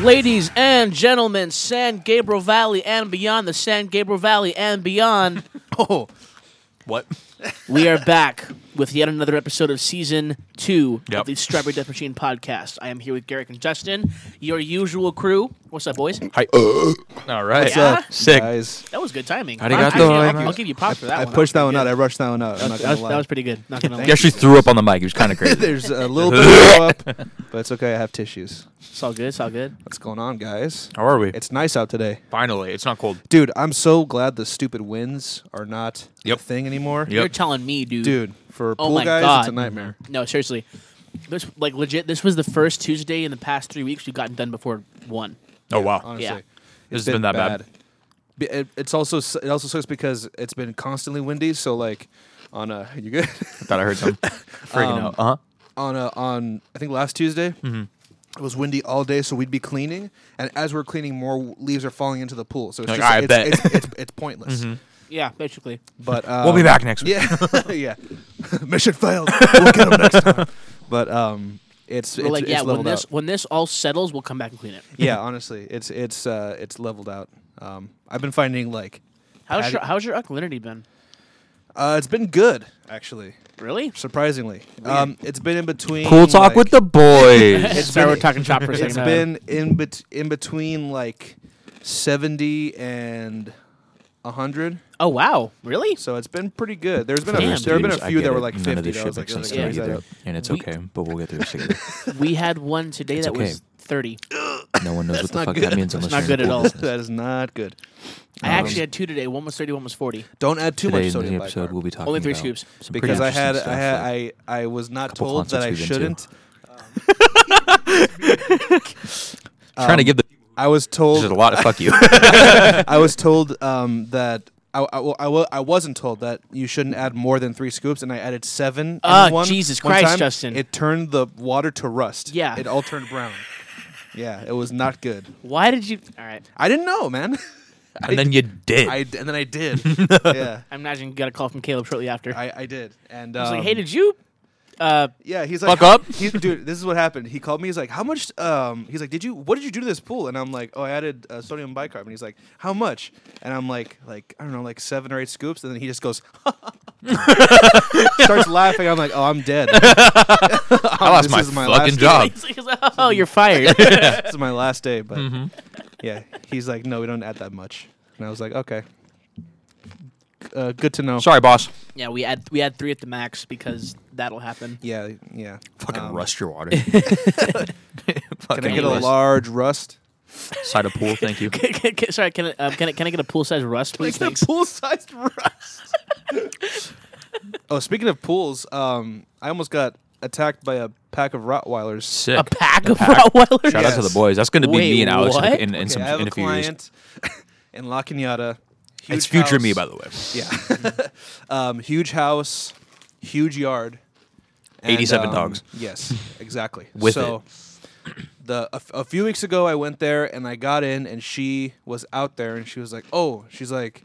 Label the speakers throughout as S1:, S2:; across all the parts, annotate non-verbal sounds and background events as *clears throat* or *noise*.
S1: Ladies and gentlemen, San Gabriel Valley and beyond, the San Gabriel Valley and beyond,
S2: Oh,
S3: *laughs*
S2: what?
S1: we are back with yet another episode of season two
S2: Yep.
S1: of the Strawberry Death Machine podcast. I am here with Garrick and Justin, your usual crew. What's up, boys?
S2: Hi. All right.
S1: What's
S3: uh,
S1: up,
S2: Sick.
S4: Guys,
S1: That was good timing.
S2: Arigato,
S1: I'll, give you, I'll,
S2: Arigato.
S1: I'll give you props for that
S4: I
S1: one.
S4: pushed that one
S1: was
S4: out.
S1: pretty
S4: I rushed that one out. I'm not
S1: good. That
S4: gonna
S1: was,
S4: lie.
S1: that was pretty good. Not gonna
S4: Thank
S3: He
S1: lie.
S4: you.
S3: actually threw up on the mic. It was kind of crazy.
S4: *laughs* There's a
S1: *laughs*
S4: little bit of throw up, but it's okay. I have tissues.
S1: It's all good. It's all good.
S4: What's going on, guys?
S3: How are we?
S4: It's nice out today,
S2: Finally, it's not cold.
S4: dude. I'm so glad the stupid winds are not
S2: Yep.
S4: a thing anymore.
S2: Yep.
S1: You're telling me, dude.
S4: Dude, for
S1: Oh
S4: pool
S1: my
S4: guys,
S1: god,
S4: it's a nightmare.
S1: No, seriously, this like legit. This was the first Tuesday in the past three weeks we've gotten done before one.
S3: Oh wow.
S4: Honestly,
S1: Yeah.
S4: It's
S3: This has been that bad.
S4: B- It, it's also s- it also sucks because it's been constantly windy. So like on a you good
S3: I thought I heard something. *laughs* Freaking
S4: Um,
S3: out. Uh huh.
S4: on a on I think last Tuesday.
S3: Mm-hmm.
S4: It was windy all day, so we'd be cleaning, and as we're cleaning, more w- leaves are falling into the pool. So it's
S3: Like,
S4: just
S3: I
S4: it's,
S3: bet. Mm-hmm.
S4: It's, it's, it's pointless.
S1: Yeah, basically.
S4: But
S3: *laughs*
S4: um,
S3: We'll be back next week.
S4: *laughs*
S3: *laughs*
S4: Yeah, yeah. *laughs* Mission failed. We'll get them next time. *laughs* But um, it's
S1: We're
S4: it's,
S1: like,
S4: it's
S1: yeah, when
S4: leveled
S1: this
S4: out.
S1: when this all settles, we'll come back and clean it.
S4: *laughs* yeah, honestly, it's it's uh, it's leveled out. Um, I've been finding like,
S1: How's
S4: Add-
S1: your, how's your alkalinity been?
S4: uh, it's been good actually,
S1: Really?
S4: surprisingly. Um, it's been in between.
S3: Cool talk
S4: like-
S3: with the boys.
S4: *laughs*
S1: It's Sorry,
S4: been-
S1: we're talking shop for a second.
S4: It's
S1: Uh,
S4: been in bet- in between like seventy and hundred.
S1: Oh wow, really?
S4: So it's been pretty good. There's been a,
S1: Damn,
S4: there have been a
S3: Dude, I
S4: few
S3: get
S4: that
S3: it.
S4: were like
S3: None of
S4: fifty.
S3: this
S4: that I
S3: shit
S4: was like,
S3: makes
S4: "Oh,
S3: sense to
S1: yeah,
S3: me
S4: is that
S3: either.
S4: it?"
S3: and it's
S1: We-
S3: okay, but we'll get through it
S1: *laughs*
S3: together.
S1: We had one today that was
S3: okay.
S1: thirty.
S3: No one knows what the
S4: not
S3: fuck
S4: good.
S3: that means unless
S1: not
S3: you're in
S1: good at
S3: the
S1: all.
S3: business.
S4: "Oh, that is not good.
S1: I actually had two today. One was thirty. One was forty.
S4: Don't add too
S3: Today
S4: much
S3: in
S4: sodium
S3: the episode,
S4: bicarb.
S3: we'll be talking
S1: Only three
S3: about
S1: scoops.
S3: some pretty
S4: because I
S3: interesting
S4: had
S3: stuff,
S4: I had
S3: like
S4: I, I was not
S3: couple
S4: told that I
S3: concerts we've been to.
S4: shouldn't.
S3: trying to give the
S4: I was
S3: there's a
S4: told
S3: lot of fuck you.
S4: Um, *laughs* I was told um, that I, I, well, I, wa- I wasn't told that you shouldn't add more than three scoops, and I added seven.
S1: Ah,
S4: and one,
S1: Jesus
S4: one
S1: Christ,
S4: time,
S1: Justin.
S4: It turned the water to rust.
S1: Yeah.
S4: it all turned brown. Yeah, it was not good.
S1: Why did you? All right.
S4: I didn't know, man.
S3: *laughs*
S4: *laughs*
S3: and then you did.
S4: I d- and then
S1: *laughs*
S4: I did. yeah,
S1: I imagine you got a call from Caleb shortly after. I
S4: I, I did. And
S1: was
S4: um,
S1: like, hey, did you? Uh, *laughs*
S4: Yeah, he's like,
S3: Fuck up.
S4: *laughs* He's, dude, this is what happened. He called me. He's like, how much? Um, he's like, did you? What did you do to this pool? And I'm like, oh, I added uh, sodium bicarb. And he's like, how much? And I'm like, like I don't know, like seven or eight scoops. And then he just goes, *laughs* starts laughing. I'm like, oh, I'm
S3: *laughs*
S4: dead. *laughs*
S3: I lost
S4: this
S3: my
S4: is my last
S3: fucking
S4: day.
S3: job.
S1: oh, you're fired. *laughs*
S3: *laughs*
S4: *laughs* this is my last day. But
S3: Mm-hmm.
S4: yeah, he's like, no, we don't add that much. And I was like, okay, uh, good to know.
S3: Sorry, boss.
S1: yeah, we had we had three at the max because that'll happen.
S4: Yeah, yeah.
S3: Fucking
S4: Um,
S3: rust your *laughs* water.
S4: Can I
S3: Fucking
S4: get a
S3: rust.
S4: large rust?
S3: side of pool? Thank
S4: *laughs*
S3: you.
S1: Sorry, *laughs* can I, um, can I can I get a pool size rust, please? Thanks.
S4: pool-sized rust. *laughs* oh, speaking of pools, um, I almost got attacked by a pack of Rottweilers.
S3: Sick.
S1: A pack of
S3: pack.
S1: Rottweilers.
S3: Shout out to
S4: Yes.
S3: the boys. That's going to be
S1: Wait,
S3: me and Alex in-
S1: what?
S3: in, in,
S4: Okay,
S3: some,
S4: I have
S3: in
S4: a
S3: a few years.
S4: client *laughs* in La Cañada. Huge
S3: It's future me,
S4: house.
S3: by the way.
S4: Yeah. *laughs* um, huge house, huge yard. um,
S3: 87 dogs.
S4: Yes, exactly.
S3: *laughs* With
S4: so, *clears throat* the a, f- a few weeks ago, I went there and I got in, and she was out there, and she was like, "Oh, she's like,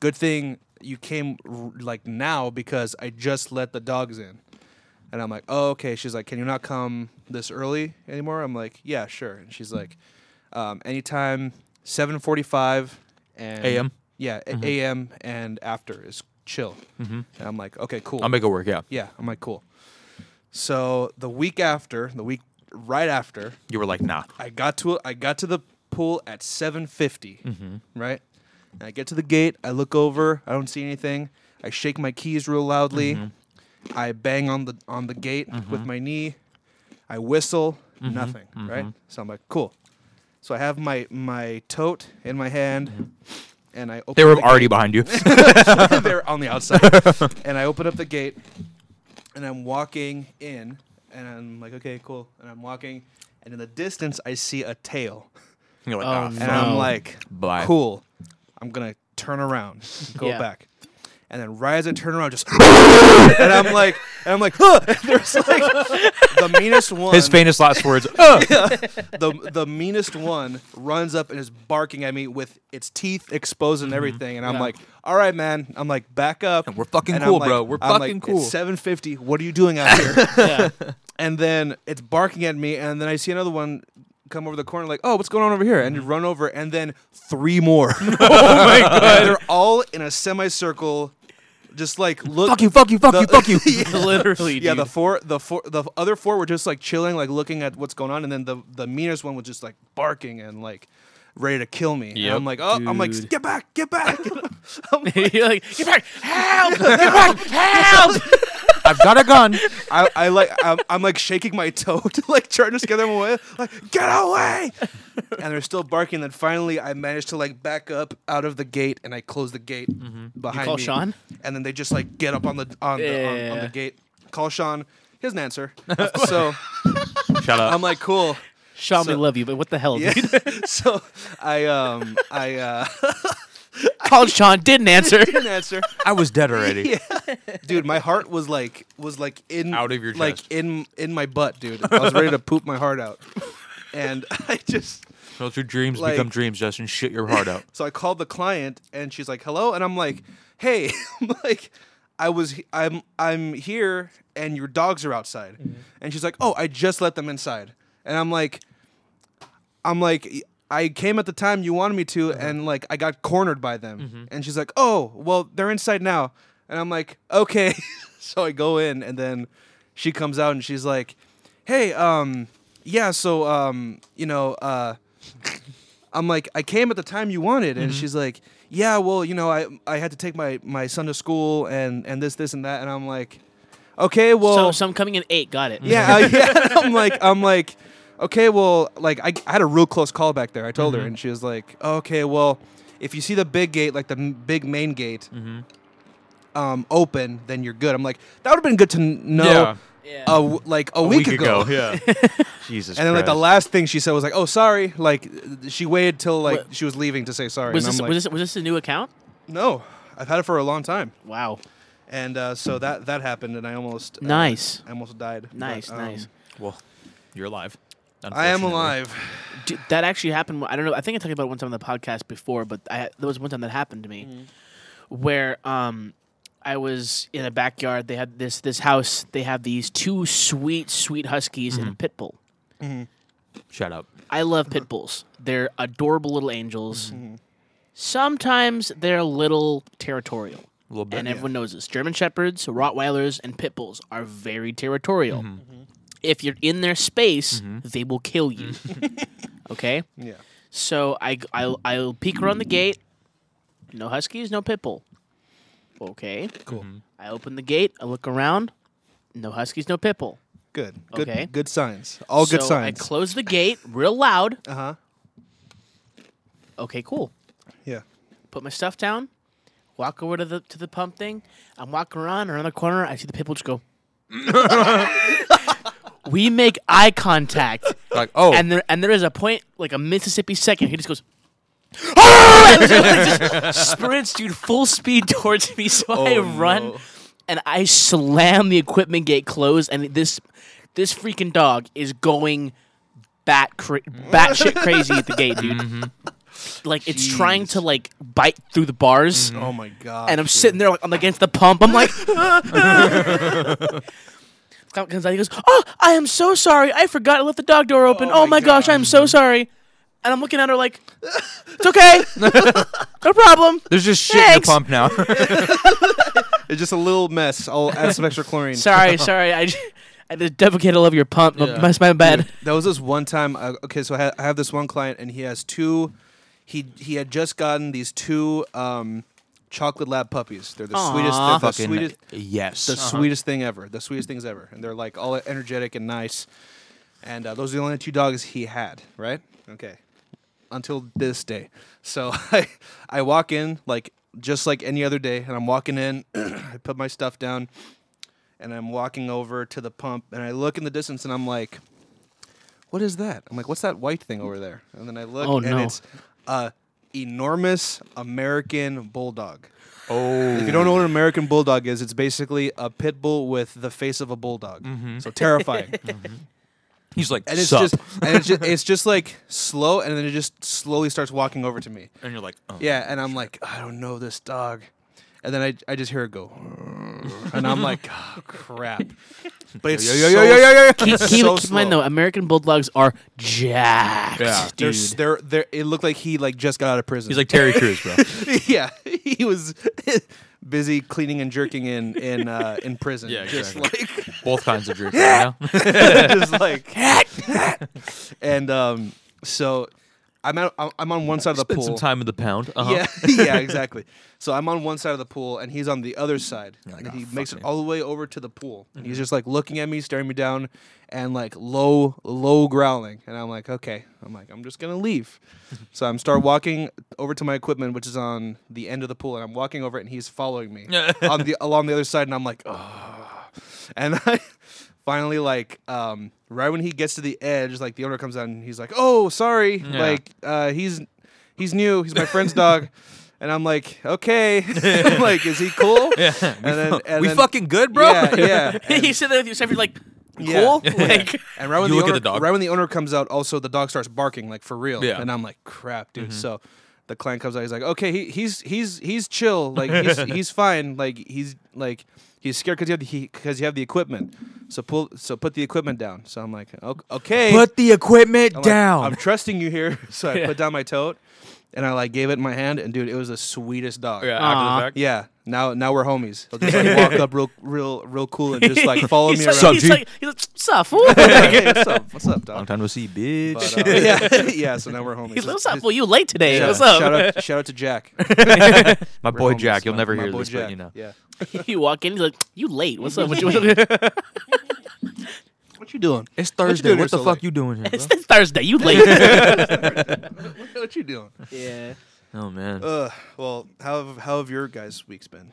S4: good thing you came r- like now because I just let the dogs in." And I'm like, "Oh, okay." She's like, "Can you not come this early anymore?" I'm like, "Yeah, sure." And she's like, um, "Anytime, 7:45 and
S3: AM?
S4: Yeah, a- Mm-hmm. a.m. and after is chill." And Mm-hmm. I'm like, "Okay, cool."
S3: I'll make it work. Yeah.
S4: Yeah, I'm like, cool. So the week after, the week right after,
S3: You were like, nah.
S4: I got to I got to the pool at 7:50,
S3: Mm-hmm.
S4: right? And I get to the gate. I look over. I don't see anything. I shake my keys real loudly.
S3: Mm-hmm.
S4: I bang on the on the gate with my knee. I whistle.
S3: Mm-hmm.
S4: Nothing, right? So I'm like, cool. So I have my my tote in my hand, and I open
S3: Mm-hmm. They were
S4: the
S3: already
S4: gate.
S3: behind
S4: *laughs*
S3: you.
S4: they're on the outside.
S3: *laughs*
S4: and I open up the gate, and I'm walking in, and I'm like, okay, cool. And I'm walking, and in the distance, I see a tail,
S3: You're like,
S1: Oh,
S3: ah,
S1: no.
S4: and I'm like,
S3: Bye.
S4: cool. I'm gonna turn around, go
S1: Yeah.
S4: back, and then right as I turn
S3: *laughs*
S4: around, just, and I'm like, and I'm like, *laughs* huh! And there's like the meanest one.
S3: His famous last
S4: *laughs*
S3: words. "Ugh."
S4: the the meanest one runs up and is barking at me with its teeth exposed and everything, and I'm
S1: Yeah.
S4: like, "All right, man." I'm like, "Back up."
S3: Mm-hmm. we're fucking
S4: And I'm
S3: cool,
S4: like-
S3: bro. We're
S4: I'm like,
S3: fucking cool.
S4: It's 7:50.
S3: *laughs*
S4: What are you doing out here?
S1: Yeah.
S4: and then it's barking at me, and then I see another one come over the corner like, "Oh, what's going on over here?"
S3: Mm-hmm.
S4: And you run over, and then three
S3: *laughs*
S4: more. oh *laughs* my god! They're all in a semicircle, just like look.
S3: Fuck you, fuck you, fuck you, fuck you.
S1: *laughs* Literally,
S4: *laughs*
S1: *laughs*
S4: Yeah, the
S1: dude.
S4: four, the four, the other four were just like chilling, like looking at what's going on, and then the the meanest one was just like barking and like ready to kill me. And
S2: Yep.
S4: I'm like, oh, I'm like,
S1: Dude.
S4: get back, get back. *laughs* I'm
S1: *laughs*
S4: like-
S1: You're like, get back, help, get back, help.
S3: *laughs* I've got a gun.
S4: I, I like, I'm, I'm like shaking my toe *laughs* to like trying to scare them away. Like, get away! And they're still barking. Then finally, I managed to like back up out of the gate, and I close the gate behind
S1: Mm-hmm. call
S4: me.
S1: Sean?
S4: and then they just like get up on the on the on- on,
S1: Yeah.
S4: the gate. Call Sean. He
S1: *laughs*
S4: doesn't answer. so
S3: Shut up.
S4: I'm like, cool.
S1: Sean, we
S4: So-
S1: love you, but what the hell?
S4: Yeah.
S1: Dude?
S4: *laughs* so I um I uh *laughs*
S1: Called Sean, didn't *laughs* answer.
S4: didn't answer.
S3: I was dead
S4: *laughs*
S3: already.
S4: Dude, my heart was like was like in
S2: Out of your
S4: like
S2: chest.
S4: in in my butt, dude. I was ready to poop my heart out. And *laughs* I just
S3: Let your dreams
S4: Like-
S3: become dreams, Justin. Shit your heart out.
S4: so I called the client and she's like, "Hello." And I'm like, "Hey, *laughs* I'm like I was he- I'm I'm here and your dogs are outside." And she's like, "Oh, I just let them inside." And I'm like I'm like I came at the time you wanted me to
S1: Uh-huh.
S4: and like I got cornered by them.
S1: Mm-hmm.
S4: And she's like, "Oh, well, they're inside now." And I'm like, "Okay." *laughs* so I go in and then she comes out and she's like, "Hey, um yeah, so um, you know, uh *laughs* I'm like, I came at the time you wanted,
S1: Mm-hmm.
S4: and she's like, yeah, well, you know, I I had to take my my son to school and and this this and that, and I'm like, okay,
S1: so,
S4: well,
S1: so I'm coming in eight. Got it.
S4: *laughs* yeah, uh, yeah. And I'm like, I'm like, okay, well, like I, I had a real close call back there. I told her, and she was like, okay, well, if you see the big gate, like the m- big main gate, um, open, then you're good. I'm like, that would have been good to n- know.
S2: Yeah.
S1: Yeah.
S4: A w- like a, week, ago. *laughs*
S2: Yeah.
S3: *laughs* Jesus.
S4: And then like the
S3: Christ.
S4: last thing she said was like, "Oh, sorry." Like she waited till like
S1: What-
S4: she was leaving to say sorry.
S1: was
S4: and
S1: this,
S4: I'm like,
S1: was this was this a new account?
S4: No, I've had it for a long time,
S1: Wow.
S4: and uh, so that that happened, and I almost uh,
S1: Nice.
S4: I almost died. But,
S1: Nice,
S4: um,
S1: nice.
S2: well, you're alive.
S4: I am
S2: unfortunately.
S4: alive.
S1: Dude, that actually happened. I don't know. I think I talked about it one time on the podcast before, but I, there was one time that happened to me
S4: Mm-hmm.
S1: where um, I was in a backyard. They had this this house. They have these two sweet sweet huskies
S4: Mm-hmm.
S1: and a pit bull.
S3: Shut up.
S1: I love pit bulls. They're adorable little angels.
S4: Mm-hmm.
S1: Sometimes they're a little territorial.
S3: A little bit.
S1: and everyone knows this. German shepherds, Rottweilers, and pit bulls are very territorial.
S4: Mm-hmm.
S1: Mm-hmm. If you're in their space, they will kill you.
S4: Mm-hmm.
S1: *laughs* okay,
S4: Yeah.
S1: so I I'll, I'll peek around the gate. No huskies, no pit bull. Okay, cool. I open the gate. I look around. No huskies, no pit bull.
S4: Good. Good.
S1: Okay.
S4: Good signs. All good
S1: So
S4: signs.
S1: I close the gate real loud.
S4: uh huh.
S1: Okay, cool.
S4: Yeah.
S1: put my stuff down, walk over to the to the pump thing. I'm walking around around the corner. I see the pit bull just go. *laughs* we make eye contact,
S3: Like, oh,
S1: and there and there is a point like a Mississippi second. He just goes. "Ah!" and just, just sprints, dude, full speed towards me. So I run and I slam the equipment gate closed, and this this freaking dog is going bat cra- batshit crazy at the gate, dude. Like it's trying to like bite through the bars,
S4: Oh my god.
S1: and I'm
S4: dude.
S1: sitting there like I'm against the pump.
S4: *laughs*
S1: I'm like. *laughs* Scott comes out. He goes, "Oh, I am so sorry. I forgot to let the dog door open. Oh,
S4: my
S1: my gosh, I'm so sorry." And I'm looking at her like, "It's
S4: *laughs*
S1: okay, no problem."
S3: there's just shit
S1: Thanks.
S3: in your pump now.
S4: It's just a little mess. I'll add some
S1: *laughs*
S4: extra chlorine.
S1: Sorry, sorry. I, j- I just duplicated all of your pump. but That's my bad.
S4: That was this one time. Uh, okay, so I, ha- I have this one client, and he has two. He he had just gotten these two um, chocolate lab puppies. They're the sweetest.
S1: Aw.
S4: They're the
S3: Fucking
S4: sweetest.
S3: yes.
S4: the sweetest thing ever. The sweetest things ever. And they're like all energetic and nice. And uh, those are the only two dogs he had, right? Okay. Until this day. So *laughs* I I walk in like just like any other day, and I'm walking in. I put my stuff down, and I'm walking over to the pump, and I look in the distance, and I'm like, "What is that?" I'm like, "What's that white thing over there?" And then I look,
S1: Oh,
S4: and
S1: no.
S4: it's a enormous American bulldog. If
S3: oh.
S4: you don't know what an American bulldog is, it's basically a pit bull with the face of a bulldog. So terrifying.
S3: He's like,
S4: and it's
S3: sup.
S4: just and it's just, it's just like slow and then it just slowly starts walking over to me.
S3: and you're like, oh.
S4: Yeah, and I'm like, I don't know this dog. And then I, I just hear it go. and I'm like, oh,
S3: *laughs*
S4: crap. But *laughs* it's
S3: Yo, yo, yo,
S4: so-
S3: yo, yo, yo, yo.
S1: Keep, keep,
S4: So
S1: keep in mind
S4: slow.
S1: though, American bulldogs are jacked,
S3: Yeah.
S1: *laughs*
S4: They're,
S1: dude.
S4: s- they're, they're, it looked like he like just got out of prison.
S3: He's like Terry Crews,
S4: *laughs*
S3: bro.
S4: yeah, he was *laughs* busy cleaning and jerking in in uh, in prison.
S2: Yeah,
S4: just like
S3: Both kinds of
S4: *laughs*
S3: jerks. Yeah. *laughs*
S4: just like. *laughs* and um, so I'm at, I'm- I'm on one side of the
S3: Spend
S4: pool.
S3: some time in the pound. Uh-huh.
S4: Yeah, yeah, *laughs* exactly. So I'm on one side of the pool and he's on the other side.
S3: like,
S4: and
S3: "Oh,
S4: he
S3: fuck
S4: makes
S3: me."
S4: it all the way over to the pool. And he's just like looking at me, staring me down, and like low, low growling. And I'm like, okay. I'm like, I'm just gonna leave. so I'm start walking over to my equipment, which is on the end of the pool, and I'm walking over it, and he's following me on the along the other side, and I'm like, oh. And *laughs* I finally like um right when he gets to the edge, like the owner comes out and he's like, "Oh, sorry, like uh, he's he's new, he's my
S3: *laughs*
S4: friend's dog." And I'm like, "Okay, *laughs* I'm like, is he cool?" Yeah, and then and
S3: we
S4: then-
S3: fucking good, bro? *laughs*
S4: Yeah, yeah. And,
S1: you said that with yourself. You're like, cool.
S4: *laughs* Yeah.
S1: Like,
S4: and right when
S3: You
S4: the
S3: look at
S4: owner,
S3: the dog.
S4: right when the owner comes out, also the dog starts barking like for real.
S3: Yeah. Mm-hmm.
S4: and I'm like, "Crap, dude." So. The client comes out. He's like, "Okay, he, he's he's he's chill.
S3: *laughs*
S4: Like he's he's fine. Like he's like he's scared because you have the because you have the equipment. So pull so put the equipment down. So I'm like, "O- okay,
S3: the equipment
S4: I'm like, I'm trusting you here. *laughs* So I put down my tote and I like gave it in my hand and dude, it was the sweetest dog.
S2: Yeah, after
S1: Aw.
S2: the fact.
S4: Yeah. Now now we're homies. He'll
S3: *laughs*
S4: just like walk up real real real cool and just like follow
S1: *laughs*
S4: me
S1: he's
S4: around.
S1: like,
S3: Sup,
S1: he's
S3: G?
S1: like, he's like, "Sup, fool?"
S4: *laughs*
S3: *laughs*
S4: Hey, what's up? What's up,
S3: Long
S4: dog?
S3: time no see, bitch. *laughs*
S4: But, uh, yeah, yeah, so now we're homies.
S1: He lives
S4: Just-
S1: up. Well,
S4: *laughs*
S1: you late today.
S4: yeah,
S1: What's up?
S4: Shout out, shout out to Jack.
S3: *laughs* my
S4: We're
S3: boy
S4: homies.
S3: Jack, you'll
S4: My-
S3: never
S4: my
S3: hear
S4: boy
S3: this,
S4: Jack.
S3: but you know.
S4: Yeah.
S1: *laughs* you walk in. He's like, "You late? What's up? What you, it's
S4: What you doing?
S3: It's
S4: Thursday, what the fuck
S3: you doing here, bro?
S1: Thursday. You late?"
S4: *laughs* What you doing?
S1: yeah.
S3: *laughs* oh man.
S4: Uh, well, how have, how have your guys' weeks been?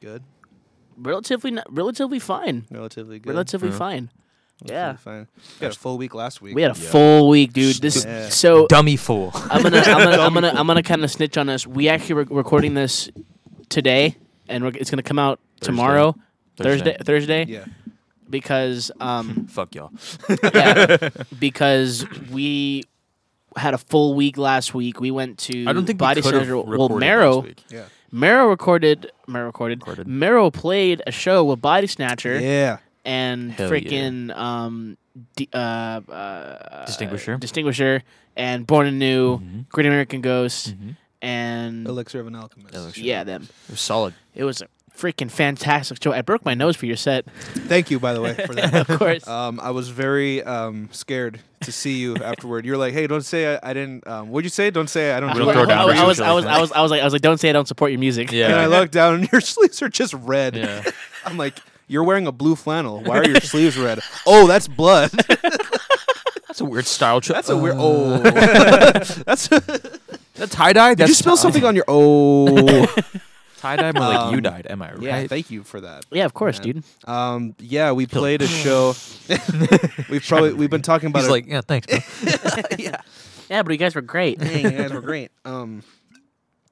S4: Good,
S1: *laughs* Relatively, not, relatively fine.
S4: relatively good.
S1: Relatively
S3: Uh-huh.
S1: fine. Yeah.
S4: fine. We had a full week last week.
S1: We had a full week, dude. This
S3: *laughs*
S4: Yeah.
S1: so
S3: Dummy
S4: *laughs*
S3: fool.
S1: I'm gonna I'm gonna I'm gonna, I'm gonna kind of snitch on us. We actually were recording this today, and we're, it's gonna come out tomorrow,
S3: Thursday.
S1: Thursday, Thursday,
S4: yeah.
S1: because um
S3: *laughs* fuck y'all.
S1: yeah, because we had a full week last week. We went to
S3: I don't think
S1: Body
S3: we could have
S1: Center. Well,
S3: recorded
S1: Marrow
S3: last week.
S4: Yeah.
S1: Marrow recorded Marrow recorded,
S3: Recorded.
S1: Marrow played a show with Body Snatcher
S4: Yeah.
S1: and
S3: Hell
S1: freaking um D- uh, uh
S3: Distinguisher. Mm-hmm.
S1: Distinguisher and Born Anew, Great American Ghost, and
S4: Elixir of an Alchemist.
S3: Elixir.
S1: yeah, them.
S3: Mm-hmm. It was solid.
S1: It was a freaking fantastic show. I broke my nose for your set,
S4: Thank you, by the way,
S1: *laughs*
S4: for that.
S3: *laughs*
S1: of course.
S3: Uh,
S4: um, I was very um, scared to see you afterward. You're like, hey, don't say I, I didn't. Um, what'd you say? Don't say I don't.
S1: I,
S3: don't
S4: do
S3: throw
S1: I-
S4: that."
S3: down
S1: I-
S3: for
S1: I
S3: you,
S1: was,
S3: shit
S1: I was,
S3: like that.
S1: I was, I was like, I was like, don't say I don't support your music.
S3: Yeah.
S4: And I
S3: *laughs*
S4: look down, and your *laughs* sleeves are just red.
S3: Yeah.
S4: *laughs* I'm like, you're wearing a blue flannel. Why are your sleeves red? Oh, that's blood.
S3: That's a weird style choice.
S4: *laughs* That's a weird. Oh, *laughs* that's. Did
S3: That's tie dye. Did
S4: you spill something on your? Oh,
S3: tie dye? More like you
S4: Um,
S3: died. Am I right?
S4: *laughs* yeah. Thank you for that.
S1: yeah, of course,
S4: Man.
S1: dude.
S4: Um, yeah, we played a
S3: *laughs*
S4: show. *laughs* we've probably we've been talking about
S3: He's
S4: it. *laughs*
S3: like, yeah, thanks. Bro.
S1: Yeah, but you guys were great.
S3: *laughs*
S4: Dang, you guys were great. Um,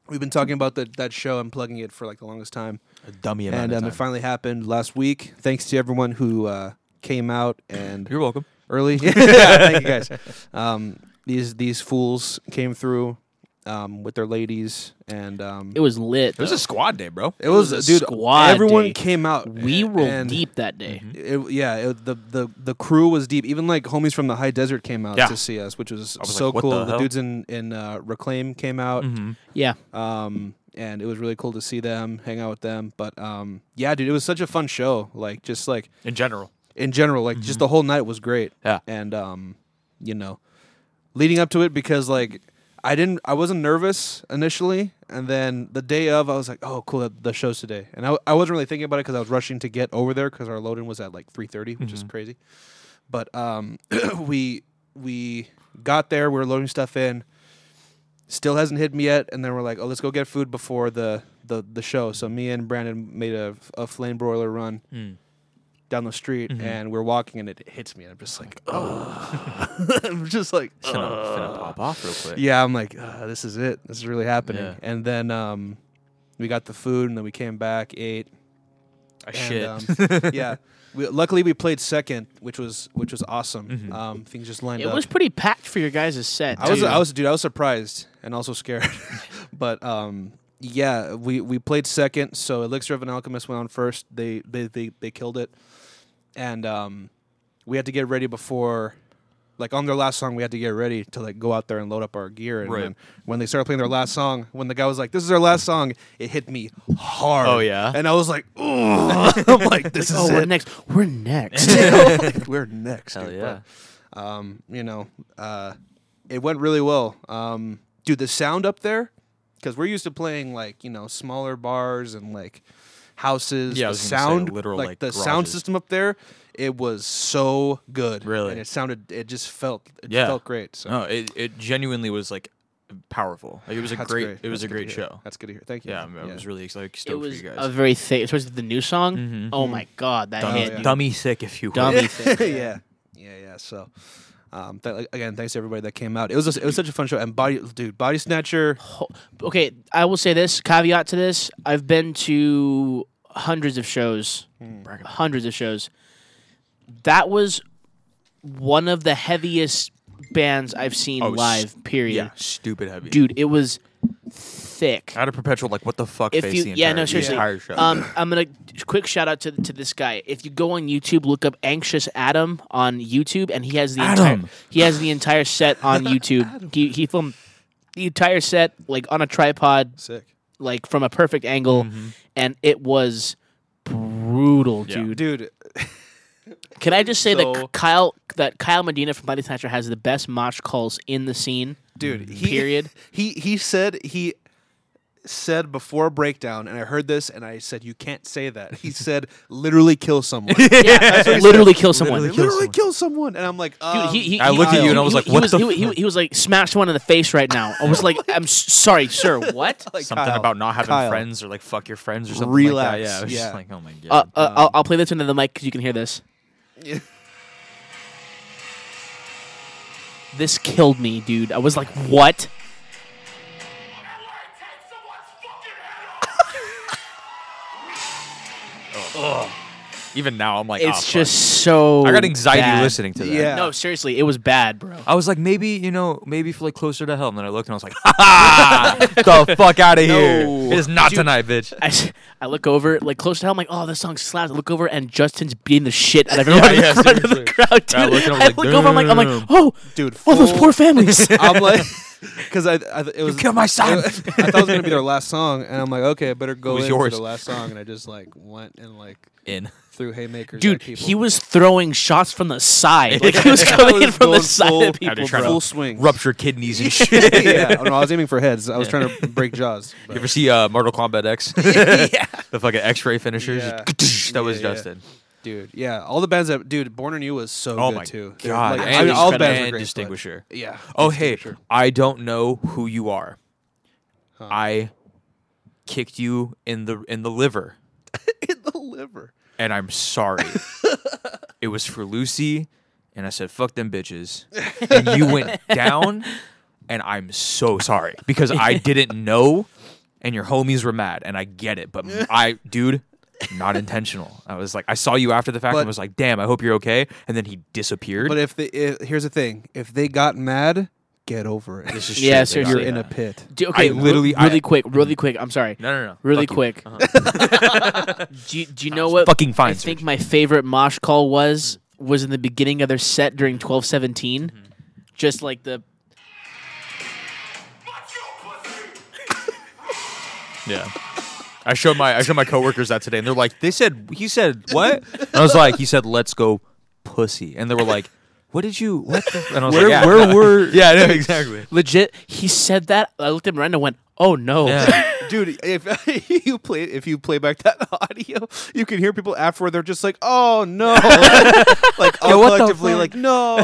S4: we've been talking about that that show and plugging it for like the longest time,
S3: a dummy amount
S4: and
S3: of
S4: um,
S3: time.
S4: it finally happened last week. Thanks to everyone who uh, came out and
S3: You're welcome.
S4: early. *laughs*
S3: *laughs*
S4: Yeah, Thank you guys. Um, these these fools came through um, with their ladies, and um,
S1: It was lit.
S2: It was
S1: though.
S2: a squad day, bro.
S4: it was,
S1: was a
S4: dude.
S1: squad
S4: everyone
S1: day.
S4: came out.
S1: we rolled
S4: and
S1: deep that day.
S3: Mm-hmm.
S4: It, yeah, it, the the the crew was deep. Even like homies from the high desert came out
S3: Yeah.
S4: to see us, which was,
S3: was
S4: so
S3: like, what
S4: cool.
S3: the hell? Mm-hmm.
S4: dudes in in uh, Reclaim came out.
S1: Yeah,
S4: um, and it was really cool to see them, hang out with them. But um, yeah, dude, it was such a fun show. Like just like
S3: In general.
S4: in general, like just the whole night was great.
S3: Yeah.
S4: and um, you know, leading up to it because like I didn't, I wasn't nervous initially, and then the day of, I was like, oh, cool, the show's today, and I, I wasn't really thinking about it because I was rushing to get over there because our load in was at like three thirty, which is crazy. But um, *clears throat* we we got there, we were loading stuff in still hasn't hit me yet. And then we're like, oh, let's go get food before the the, the show. So me and Brandon made a, a flame broiler run
S3: Hmm.
S4: down the street,
S3: Mm-hmm.
S4: and we're walking, and it hits me, and I'm just like, oh, *laughs* I'm just like,
S3: It's gonna, it's gonna pop off real quick.
S4: yeah, I'm like, uh, this is it. This is really happening.
S3: Yeah.
S4: And then um, we got the food, and then we came back, ate.
S3: I
S4: and,
S3: shit.
S2: *laughs*
S3: *laughs*
S4: um, yeah. We, luckily, we played second, which was which was awesome.
S2: Mm-hmm.
S4: Um, things just lined
S1: it
S4: up.
S1: was pretty packed for your guys' set.
S4: I was,
S1: too.
S4: I was, dude, I was surprised and also scared, *laughs* but um, yeah, we, we played second, so Elixir of an Alchemist went on first. They they they, they killed it, and um, we had to get ready before, like on their last song, we had to get ready to like go out there and load up our gear. And
S2: Right.
S4: when, when they started playing their last song, when the guy was like, "This is our last song," it hit me hard.
S2: Oh, yeah?
S4: and I was like, "Ugh." *laughs* "I'm like this
S1: oh,
S4: is
S1: we're
S4: it.
S1: next. We're next.
S4: *laughs* we're next."
S3: Hell
S4: dude.
S3: yeah.
S4: But, um, you know, uh, it went really well. Um, dude, the sound up there, because we're used to playing like you know smaller bars and like houses.
S2: Yeah, I
S4: the
S2: was gonna say,
S4: sound,
S2: literal, like,
S4: the sound
S2: garages.
S4: system up there, it was so good.
S2: Really?
S4: and it sounded, it just felt, it
S2: Yeah.
S4: felt great. So
S2: No, it, it genuinely was like powerful. Like it was a
S4: that's
S2: great, It was
S4: That's
S2: a
S4: good to
S2: great
S4: hear.
S2: show.
S4: That's good to hear. Thank you.
S2: Yeah, I mean, I
S4: *laughs*
S2: was really like
S1: it
S2: stoked
S1: was
S2: for you guys.
S1: a very thick, especially the new song. Oh my god, that
S2: dummy,
S1: hit
S4: yeah.
S1: you.
S3: Dummy sick, if you will.
S1: dummy thing.
S4: yeah, yeah, yeah. So, um, th- again, thanks to everybody that came out. It was a, it was such a fun show. And body, dude,
S2: *sighs*
S4: Body Snatcher.
S1: *laughs* Ho- Okay, I will say this caveat to this: I've been to hundreds of shows, hundreds of shows. That was one of the heaviest bands I've seen
S2: Oh, s-
S1: live. Period,
S2: yeah, stupid heavy.
S1: dude. It was thick.
S3: Out of perpetual, like what the fuck
S1: if
S3: face
S1: you
S3: the entire,
S1: yeah no
S3: the
S1: seriously
S3: entire show.
S1: um i'm gonna quick shout out to to this guy if you go on youtube look up anxious adam on youtube and he has the entire
S3: Adam.
S1: he has the entire set
S3: *laughs*
S1: on youtube he he filmed the entire set like on a tripod
S4: Sick.
S1: like from a perfect angle
S3: Mm-hmm.
S1: and it was brutal
S2: Yeah.
S1: dude
S4: Dude,
S1: can i just say
S4: So-
S1: that kyle that kyle medina from body snatcher has the best mosh calls in the scene
S4: dude. He,
S1: Period.
S4: *laughs* He he said he said before breakdown, and I heard this, and I said you can't say that. He said literally kill someone.
S1: yeah *laughs* literally kill someone
S3: Literally
S4: literally kill someone. and I'm like,
S1: Dude,
S4: um,
S1: he, he,
S3: I
S1: he-
S3: looked
S1: he-
S3: at you and I was
S1: he-
S3: like,
S1: he
S3: "What
S1: was,
S3: the
S1: he, he- he was like, smash one in the face right now. I
S3: *laughs*
S1: was like, I'm s- sorry, sir. What?
S4: like,
S3: Something
S4: Kyle,
S3: about not having
S4: Kyle.
S3: friends or like fuck your friends or something. Like that.
S4: Relax,
S3: Yeah, I was
S4: yeah.
S3: just like, oh my
S1: Uh,
S3: god.
S1: uh, I'll, I'll play this into the mic because you can hear this. *laughs* This killed me, dude. I was like, what?
S3: Oh, Even now, I'm like,
S1: It's
S3: "Ah, fuck."
S1: just so.
S3: I got anxiety
S1: bad.
S3: listening Uh, to that.
S4: Yeah.
S1: No, seriously, it was bad, bro.
S3: I was like, maybe you know, maybe for like closer to hell. And then I looked and I was
S4: *laughs*
S3: like, *laughs* ha ha, the fuck out of
S4: No.
S3: here. It is not
S1: Dude.
S3: tonight, bitch.
S1: I, s- I look over, like close to hell. I'm like, oh, this song slaps. I look over, and Justin's beating the shit out of everyone
S3: *laughs* yeah,
S1: in front of the
S3: seriously.
S1: crowd, dude.
S3: I
S1: I
S3: looked
S1: look,
S3: and I was like,
S1: over, I'm like, I'm like,
S3: damn.
S1: oh,
S4: dude,
S1: all those
S4: full-
S1: poor families.
S3: *laughs*
S4: *laughs*
S1: *laughs*
S4: I'm like, *laughs* because I, I it was
S3: killed my son.
S4: *laughs* I thought it was gonna be their last song, and I'm like, okay, I better go
S3: was
S4: in for
S3: yours.
S4: the last song, and I just like went and like
S3: In.
S4: threw haymakers.
S1: Dude,
S4: at people.
S1: he was throwing shots from the side. Like he was
S4: I
S1: coming in
S4: was
S1: from the
S4: going
S1: side
S4: full-
S1: of people,
S3: Had to try
S1: bro.
S3: to
S4: full swing.
S3: Rupture kidneys and shit.
S4: *laughs* yeah, I, don't know, I was aiming for heads. I was trying to break jaws.
S3: You
S4: but-
S3: ever see uh, Mortal Kombat
S4: *laughs*
S3: X? yeah. The fucking X-ray finishers.
S4: Yeah.
S3: Just- *laughs* that was
S4: Yeah, yeah.
S3: Justin.
S4: Dude, yeah, all the bands that dude, Born Anew was so
S3: Oh
S4: good
S3: my
S4: too. They were,
S3: god.
S4: like,
S3: and
S4: I mean, all
S3: Distinguisher.
S4: bands were
S3: And
S4: great,
S3: distinguisher.
S4: but- yeah.
S3: Oh hey,
S4: Distinguisher.
S3: I don't know who you are. I kicked you in the in the liver,
S4: in *laughs* the liver.
S3: and I'm
S4: *laughs*
S3: sorry. it was for Lucy, and I said fuck them bitches, and you
S4: *laughs*
S3: went down, and I'm so sorry because I didn't know, and your homies were mad, and I get it, but I dude. Not intentional. I was like, I saw you after the fact
S4: But-
S3: and was like, "Damn, I hope you're okay." And then he disappeared.
S4: But if they, if, here's the thing, if they got mad, get over it. *laughs*
S3: This is
S1: Yeah,
S3: shit. They got
S1: seriously.
S4: You're
S3: me.
S4: in a pit.
S1: Dude, okay,
S3: I literally-
S1: re- really
S3: I-
S1: quick, really quick. I'm sorry.
S3: No, no, no.
S1: Really
S3: Fuck you. Uh-huh.
S1: quick. *laughs* do you, do you know
S3: it's
S1: what?
S3: fucking fine,
S1: I think
S3: Serge.
S1: my favorite mosh call was was in the beginning of their set during 1217.
S3: Mm-hmm.
S1: Just like the
S3: Yeah. I showed my I showed my coworkers that today, and they're like, "They said he said what?" And I was like, "He said let's go, pussy," and they were like, "What did you what?" The? And I was
S4: Where-
S3: like, yeah,
S4: where
S3: no." *laughs*
S4: were- *laughs*
S3: yeah, no, exactly."
S1: legit. He said that. I looked at Miranda and went, "Oh no."
S3: Yeah.
S4: Dude, if *laughs* you play if you play back that *laughs* audio, you can hear people afterward. They're just like, "Oh *laughs* no!" like all
S3: what the
S4: collectively,
S3: fuck?
S4: like, *laughs* "No,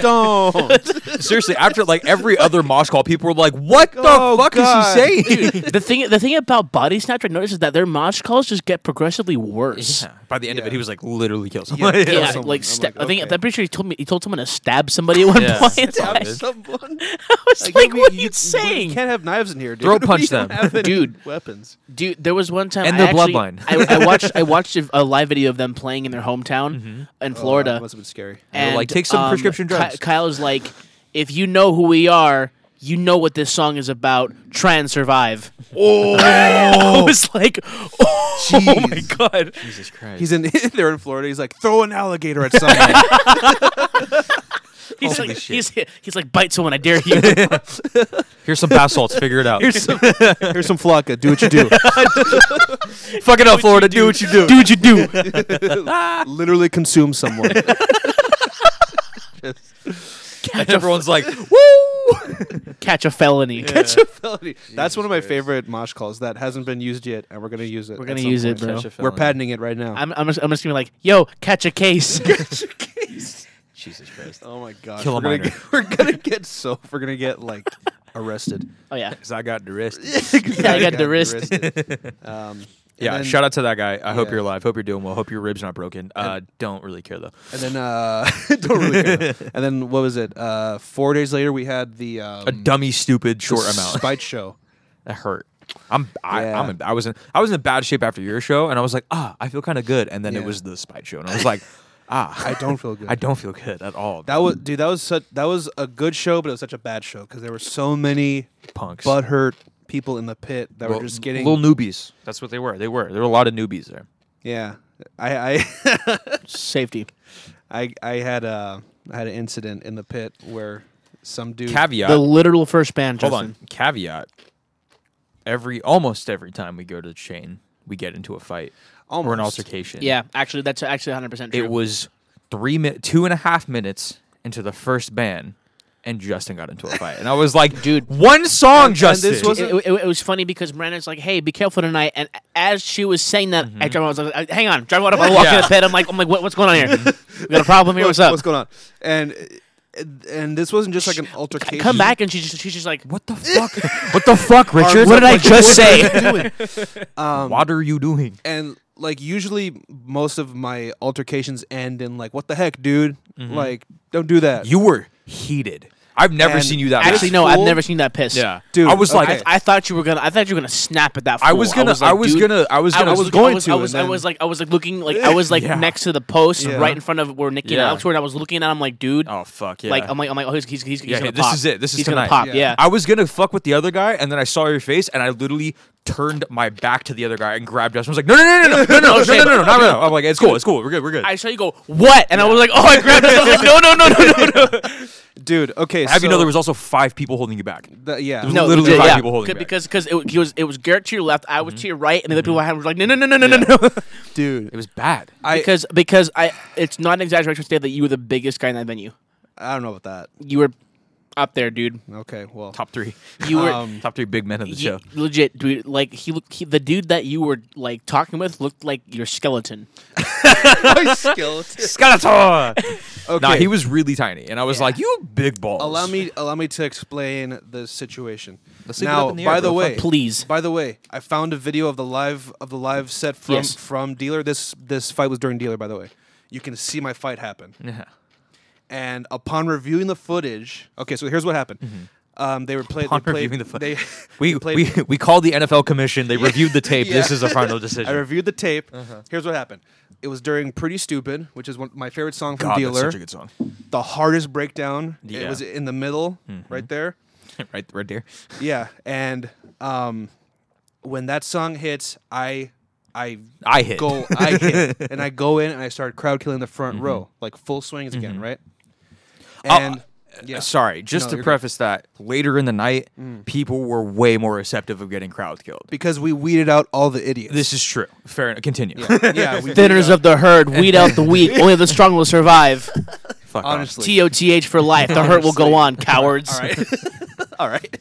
S4: don't."
S3: Seriously, after like every other mosh call, people were like, "What the
S4: Oh,
S3: fuck
S4: God.
S3: is he saying?"
S1: The thing the thing about Body Snatcher I noticed is that their mosh calls just get progressively worse.
S3: Yeah. *laughs* By the end of
S4: Yeah.
S3: it, he was like, "Literally kill somebody." *laughs*
S4: kill
S1: Yeah,
S4: someone.
S1: like
S4: I'm
S1: sta-
S4: like,
S1: I think
S4: okay.
S1: I'm pretty sure he told me he told someone to stab somebody at one
S3: Yeah.
S1: point. *laughs*
S3: Stab
S1: I
S4: *laughs* Someone
S1: was like,
S4: we-
S1: what are you,
S4: we
S1: saying,
S4: can't have knives in here, dude.
S3: Throw
S4: *laughs* We
S3: punch
S4: don't
S3: them.
S4: have any
S1: Dude.
S4: Weapons.
S1: dude? There was one time
S3: And
S1: I
S3: their
S1: actually-
S3: bloodline.
S1: I, I *laughs* watched I watched a, a live video of them playing in their hometown
S3: Oh,
S1: in Florida.
S4: must have been scary.
S3: were
S1: and
S3: like, "Take some
S1: um,
S3: prescription
S1: Ky-
S3: drugs."
S1: Kyle's like, if you know who we are, you know what this song is about. Try and survive. *laughs* Oh, I
S3: *laughs*
S1: was like, *laughs* oh, my
S4: Jeez.
S1: god.
S2: Jesus Christ.
S4: *laughs* He's in *laughs* there in Florida. He's like, throw an alligator
S1: *laughs*
S4: at someone.
S1: He's
S2: Holy
S1: like,
S2: shit.
S1: he's he's like, bite someone. I dare *laughs* you.
S3: Here's some bath salts. Figure it out. *laughs*
S4: here's some, here's some flaca. Do what
S1: *laughs*
S4: you do.
S3: Fuck it up, Florida. Do what you do.
S1: Do what you do. *laughs*
S4: Literally consume someone.
S3: And everyone's like,
S1: Catch a felony.
S4: Catch a felony. That's one of my favorite mosh calls that hasn't been used yet, and we're gonna use it.
S1: We're
S4: at
S1: gonna
S4: some
S1: use it,
S4: point.
S1: bro.
S2: Catch a
S4: We're
S2: felony.
S4: patenting it right now.
S1: I'm, I'm, just, I'm just gonna be like, yo, catch a *laughs* case.
S2: Jesus Christ.
S4: oh my god.
S3: Kill a
S4: we're, gonna
S3: minor.
S4: get, *laughs* we're gonna get so we're gonna
S1: *laughs*
S4: get like arrested.
S1: oh yeah.
S3: I got the wrist.
S1: Yeah, I got the wrist.
S4: *laughs* arrested. Um,
S3: Yeah,
S4: and then,
S3: shout out to that guy. I hope
S4: Yeah.
S3: you're alive. Hope you're doing well. Hope your ribs not broken. Uh, don't really care though.
S4: And then uh, *laughs* don't really care.
S3: *laughs*
S4: And then what was it? Uh, four days later, we had the um,
S3: A dummy, stupid,
S4: the
S3: short amount.
S4: spite show.
S3: That hurt. I'm I,
S4: Yeah.
S3: I'm in, I was in I was in bad shape after your show, and I was like, ah, I feel kind of good. And then
S4: Yeah.
S3: it was the spite show, and I was
S4: *laughs*
S3: like, ah,
S4: I don't feel good.
S3: *laughs* I don't feel good at all.
S4: That was dude. That was such, that was a good show, but it was such a bad show because there were so many
S3: punks.
S4: butthurt people in the pit that
S3: Well,
S4: were just getting.
S3: little newbies. That's what they were. They were. There were a lot of newbies there.
S4: yeah, I *laughs* I,
S1: *laughs* Safety.
S4: I I had a I had an incident in the pit where some dude.
S3: Caveat.
S1: The literal first band.
S3: Uh, hold
S1: Justin.
S3: on. Caveat. Every almost every time we go to the chain, we get into a fight or an
S4: Almost.
S3: altercation.
S1: Yeah, actually, that's actually 100 percent true.
S3: It was three mi- two and a half minutes into the first band, and Justin got into a fight, and I was like,
S1: Dude.
S3: one song, Justin."
S4: this was-
S1: it, it, it was funny because Brandon's like, "Hey, be careful tonight." And as she was saying that, I drove. I was like, "Hang on, drive what up." I walk in
S3: Mm-hmm. Yeah.
S1: the pit. I'm like, "I'm like, what, what's going on
S3: *laughs*
S1: here? we got a problem here. What's up?"
S4: What's going on? And and this wasn't just like an altercation.
S1: Come back, and she just, she's just like,
S3: what the fuck? what the fuck, Richard?
S1: what did I just say?
S3: What are you doing?
S4: and like usually most of my altercations end in like what the heck dude like don't do that
S3: Mm-hmm. You were heated. I've never
S4: And
S3: seen you
S1: *laughs*
S3: that.
S1: Actually,
S3: mad.
S1: no, I've
S4: fool.
S1: never seen that piss.
S3: Yeah,
S4: Dude,
S3: I was like,
S4: okay.
S1: I thought you were gonna. I thought you were gonna snap at that. Fool.
S3: I was gonna,
S1: like,
S3: I was
S1: "Dude,
S3: gonna, I was
S1: I
S3: gonna,
S1: was,
S4: was
S1: going
S4: going
S1: I was,
S4: to,
S1: I
S4: and
S1: was, I
S4: then-
S1: was like, I was like looking, like I was like
S3: Yeah.
S1: next to the post,
S4: Yeah.
S1: right in front of where Nikki and
S3: Yeah.
S1: Alex were, and I was looking at him like, dude,
S3: Oh fuck yeah!
S1: like I'm like, I'm like, oh, he's, he's, he's, he's
S3: yeah,
S1: gonna
S3: this
S1: pop.
S3: is it. This is
S1: he's
S3: tonight.
S1: gonna pop.
S4: Yeah.
S1: Yeah,
S3: I was gonna fuck with the other guy, and then I saw your face, and I literally turned my back to the other guy and grabbed Justin. I was like, no, no, no, no, no, no, no, no, no, no, no, no, no, no. I'm like, it's cool, it's cool, we're good, we're good.
S1: I saw you go, what? And I was like, oh, I grabbed it. I was like, no, no, no, no, no, no.
S4: dude
S3: *laughs*
S4: okay
S3: Have you know
S4: so
S3: there was also five people holding you back?
S4: the- yeah
S3: was No, literally
S1: legit,
S3: five people holding
S1: C-
S3: back. Mm-hmm.
S1: because because it, he was it was Garrett to your left, I was to your right, and the other people I had were like, no, no, no, no, no, no, no.
S4: dude
S3: It was bad.
S4: I,
S1: because because I it's not an exaggeration to say that you were the biggest guy in that venue.
S4: I don't know about
S1: You were up there, dude.
S4: that okay well
S3: Top three,
S1: You were.
S4: *laughs*
S3: *laughs*
S4: Um,
S3: top three big men of the
S1: y-
S3: show.
S1: legit, dude. Like he, looked, he, the dude that you were like talking with looked like your skeleton.
S3: Skeletor.
S4: *laughs*
S3: *laughs*
S4: okay
S3: Nah, he was really tiny, and I was like, you big balls.
S4: allow me allow me to explain the situation
S3: Let's leave it
S4: now
S3: up in the
S4: by
S3: air,
S4: the
S3: bro.
S4: way
S1: Please,
S4: by the way i found a video of the live of the live set from
S1: Yes.
S4: from dealer this this fight was during dealer by the way you can see my fight happen
S3: Yeah.
S4: and upon reviewing the footage, okay, so here's what happened. Um, they were playing.
S3: Mm-hmm. Upon
S4: they played,
S3: reviewing the foot-
S4: they-
S3: *laughs* We,
S4: they *laughs* played-
S3: we we called the NFL
S1: *laughs*
S3: commission. They reviewed the tape. This is a final decision.
S4: I reviewed the tape.
S3: Uh-huh.
S4: Here's what happened. It was during "Pretty Stupid," which is one, my favorite song from
S3: God,
S4: Dealer.
S3: that's such a good song. *laughs*
S4: the hardest breakdown. It
S3: Yeah. Mm-hmm.
S4: was in the middle, right there.
S3: right, right there.
S4: Yeah, and um, when that song hits, I, I
S3: I Uh, hit.
S4: go,
S3: *laughs*
S4: I hit, and I go in and I start crowd killing the front
S3: Mm-hmm.
S4: row, like full swings again, right? And yeah,
S3: Oh, uh, Sorry, just
S4: No,
S3: to
S4: you're good.
S3: preface that, later in the night,
S1: Mm.
S3: people were way more receptive of getting crowd killed.
S4: because we weeded out all the idiots.
S3: This is true. Fair enough. Continue.
S4: yeah, we
S1: thinners of the herd, weed out the weak. Only the strong will survive.
S3: *laughs* Fuck off.
S4: honestly.
S1: T O T H for life.
S3: *laughs*
S1: The hurt will go on, cowards.
S4: *laughs* all right.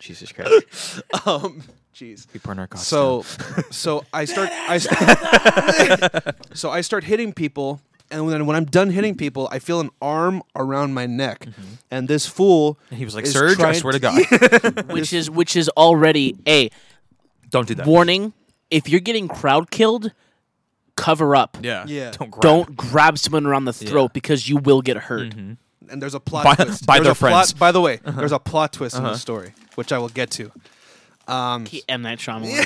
S3: Jesus Christ.
S4: Um, jeez.
S3: We burn our costs *laughs*
S4: So, so I start, I start, *laughs* so I start hitting people, and then when I'm done hitting people, I feel an arm around my neck, and this fool.
S3: down. Mm-hmm. He was like,
S4: is
S3: Surge, I
S4: trying
S3: swear to *laughs* God.
S1: which is which is already a
S3: Don't do that.
S1: warning. If you're getting crowd killed, cover up.
S3: Yeah.
S4: Yeah.
S3: Don't grab.
S1: Don't grab someone around the throat because you will get hurt.
S4: *laughs*
S3: Mm-hmm.
S4: And there's a plot
S3: By-
S4: twist.
S3: by
S4: There's
S3: their
S4: a plot-
S3: friends. Uh-huh.
S4: by the way, there's a plot twist in the story, which I will get to. Mm-hmm.
S1: He- M Night Shyamalan.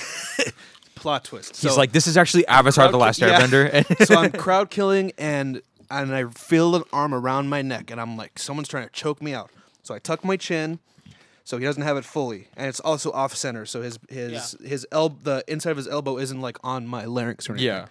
S4: Plot twist.
S3: He's
S4: So-
S3: like, this is actually Avatar The
S4: crowd
S3: Last
S4: kill- yeah. *laughs*
S3: Airbender.
S4: so I'm crowd killing and and I feel an arm around my neck and I'm like someone's trying to choke me out. So I tuck my chin so he doesn't have it fully, and it's also off center. So his his his el- the inside of his elbow isn't like on my larynx or anything.
S3: Yeah.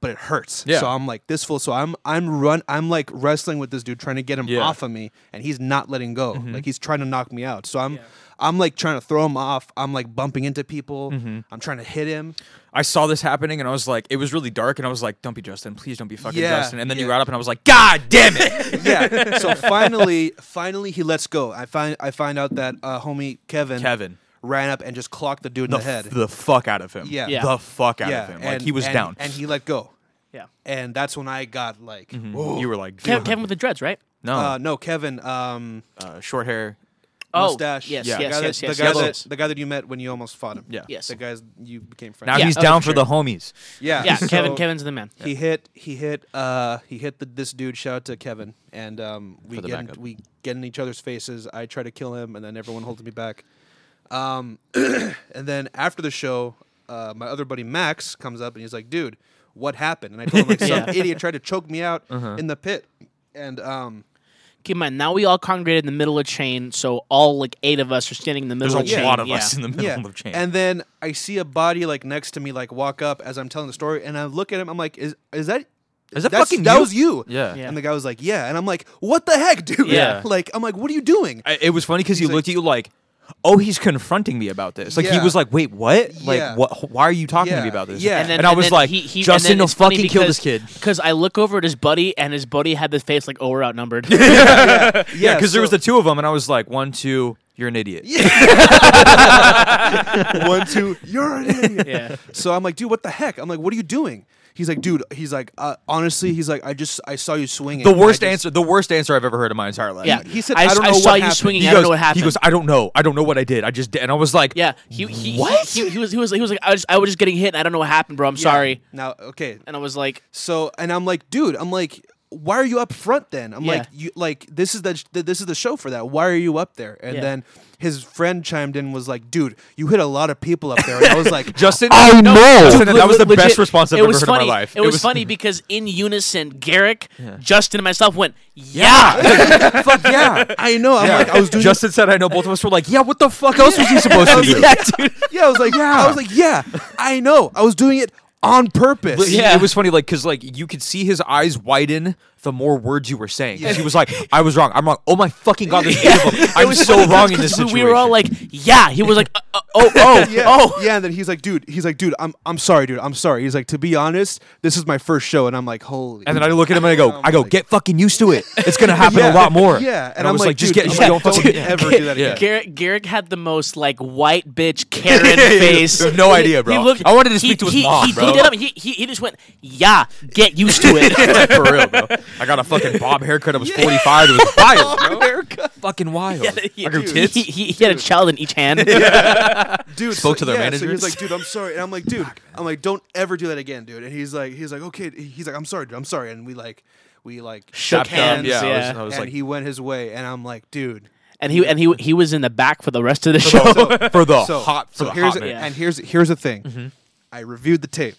S4: But it hurts.
S3: Yeah.
S4: So I'm like this full. So I'm I'm run. I'm like wrestling with this dude, trying to get him
S3: Yeah. Mm-hmm.
S4: off of me, and he's not letting go. Like he's trying to knock me out. So I'm I'm like trying to throw him off. I'm like bumping into people.
S3: Mm-hmm.
S4: I'm trying to hit him.
S3: I saw this happening and I was like, it was really dark and I was like, don't be Justin, please don't be fucking
S4: Yeah,
S3: Justin. And then you
S4: yeah.
S3: got up and I was like, God damn
S4: *laughs*
S3: it! *laughs*
S4: yeah. So finally, finally, he lets go. I find I find out that uh, homie Kevin
S3: Kevin.
S4: ran up and just clocked the dude in
S3: the,
S4: the, head.
S3: f- the fuck out of him.
S4: Yeah.
S1: Yeah.
S3: The fuck out
S4: yeah,
S3: of him. Like
S4: and-
S3: he was
S4: and-
S3: down.
S4: and he let go.
S1: Yeah.
S4: And that's when I got like,
S3: Mm-hmm.
S4: whoa.
S3: you were like,
S1: Kevin,
S3: "Dude,
S1: Kevin with the dreads, right?
S3: no,
S4: Uh, no, Kevin, um,
S3: uh, short hair.
S4: mustache.
S1: Oh, yes,
S3: Yeah.
S1: yes,
S4: the guy
S1: yes,
S4: that,
S1: yes,
S4: the guy
S1: yes,
S4: that
S1: yes.
S4: the guy that you met when you almost fought him.
S3: Yeah.
S1: Yes.
S4: the guys you became friends.
S3: Now
S1: Yeah,
S3: he's
S1: oh,
S3: down
S1: for
S3: for the homies.
S4: yeah,
S1: Yeah,
S4: *laughs* so
S1: Kevin. Kevin's the man.
S4: He hit, he hit, uh, he hit the, this dude. Shout out to Kevin, and um, we
S3: For the
S4: get in,
S3: backup.
S4: we get in each other's faces. I try to kill him, and then everyone holds me back. Um, *clears throat* and then after the show, uh, my other buddy Max comes up and he's like, "Dude, what happened?" And I told him
S3: *laughs*
S4: like, "Some
S1: Yeah.
S4: idiot tried to choke me out
S3: Uh-huh.
S4: in the pit," and um,
S1: Keep in mind, now we all congregated in the middle of chain, so all like eight of us are standing in the middle
S3: There's a
S1: of chain.
S3: lot of
S1: yeah.
S3: us in the middle of chain.
S4: And then I see a body like next to me, like walk up as I'm telling the story, and I look at him. I'm like, is is that?
S3: Is that
S4: that's-
S3: fucking
S4: that
S3: you?
S4: was you?
S3: Yeah.
S1: Yeah.
S4: And the guy was like, yeah. And I'm like, what the heck, *laughs* dude?
S1: Yeah.
S4: Like, I'm like, what are you doing?
S3: I- it was funny because he
S4: like-
S3: looked at you like, oh, he's confronting me about this. Like
S4: Yeah.
S3: he was like, wait, what?
S4: Yeah.
S3: Like what? Why are you talking to
S4: Yeah.
S3: me about this?
S4: Yeah.
S3: And, I was like, Justin, will fucking kill this kid.
S1: Because I look over at his buddy, and his buddy had this face like, "Oh, we're
S3: *laughs*
S1: outnumbered."
S3: *laughs* Yeah, because there was
S4: so-
S3: the two of them, and I was like, one, two, you're an idiot. *laughs*
S4: one, two. You're an
S1: *laughs*
S4: idiot.
S1: yeah.
S4: So I'm like, dude, what the heck? I'm like, what are you doing? He's like, dude. He's like, uh, honestly, he's like, I just I saw you swinging.
S3: The worst
S4: I just-
S3: answer, the worst answer I've ever heard in my entire life.
S1: Yeah,
S4: He said,
S1: I,
S4: "I don't know
S1: saw
S4: what
S1: you
S4: happened."
S1: swinging.
S3: He
S1: I
S3: goes,
S1: don't know what happened."
S3: He goes, I don't know. I don't know what I did. I just did. And I was like,
S1: yeah, he he,
S3: What?
S1: he he was he was he was like, I was I was just getting hit, and I don't know what happened, bro. I'm sorry.
S4: Now, okay.
S1: And I was like,
S4: So and I'm like, dude, I'm like, why are you up front then? I'm
S1: Yeah.
S4: like, you like this is the sh- this is the show for that. Why are you up there? And
S1: Yeah.
S4: then his friend chimed in was like, dude, you hit a lot of people up there. And I
S3: *laughs*
S4: was like,
S3: Justin,
S5: I
S3: no,
S5: know.
S3: Justin,
S1: le-
S3: that was the
S1: legit,
S3: best response I've
S1: it
S3: ever
S1: was
S3: heard
S1: funny.
S3: in my life.
S1: It, was
S3: *laughs*
S1: funny because in unison, Garrick, Justin, and myself went, "Yeah."
S3: *laughs* Fuck yeah.
S4: "Oh, I know. I'm like, I was doing.
S3: Justin said, I know. Both of us were like, yeah, what the fuck else
S4: *laughs*
S3: was he supposed to do?
S1: yeah, dude.
S4: yeah, I was like, yeah. I was like, yeah, I know. I was doing it on purpose.
S3: He-
S1: Yeah.
S3: It was funny, like, because, like, you could see his eyes widen the more words you were saying. 'Cause He was like, I was wrong. I'm wrong. Oh, my fucking God,
S4: *laughs*
S3: there's eight of them. I'm so wrong in
S1: Because
S3: this situation.
S1: We were all like, "Yeah." He was like, uh, uh, "Oh, *laughs* oh,
S4: Yeah,
S1: oh."
S4: yeah, and then he's like, dude, he's like, dude, I'm, I'm sorry, dude, I'm sorry. He's like, to be honest, this is my first show, and I'm like, holy.
S3: and then I look at him and
S4: *laughs*
S3: I go, I go, get fucking used to it. It's gonna happen
S4: Yeah.
S3: a lot more.
S4: Yeah,
S3: and, I was like, just get,
S4: dude, I'm
S3: just
S4: like,
S3: don't fucking
S4: don't ever do that again.
S1: Garrick, Garrick had the most like white
S3: *laughs*
S1: bitch Karen face.
S3: You have no
S1: He-
S3: idea, bro.
S1: He looked,
S3: I wanted to
S1: he-
S3: speak to his
S1: he,
S3: mom,
S1: he,
S3: bro.
S1: He, did up, he, he, he just went, "Yeah, get used to
S3: *laughs*
S1: it."
S3: *laughs* Like, for real, bro. I got a fucking bob haircut. I
S4: *laughs*
S3: was 45. It was wild, bro. Fucking wild.
S1: *laughs*
S3: I grew
S1: he,
S3: tits.
S1: he, he had a child in each
S3: *laughs*
S1: hand.
S4: dude
S3: Spoke to their
S4: yeah, So
S3: managers?
S4: he's like, dude, I'm sorry, and I'm like, dude, I'm like, don't ever do that again, dude. And he's like, he's like, okay, he's like, I'm sorry, dude, I'm sorry, and we like, we like
S1: Shook
S4: shook
S1: hands,
S4: hands,
S3: yeah, I was,
S1: yeah.
S3: I was
S4: and
S3: like,
S4: he went his way, and I'm like, dude.
S1: And he and he he was in the back for the rest of the show.
S4: *laughs* So,
S3: for the
S4: so-
S3: hot, for
S4: so
S3: the
S4: here's
S3: hot
S4: a-
S3: minute. Mm-hmm.
S1: Yeah.
S4: and here's here's the thing. I reviewed the tape.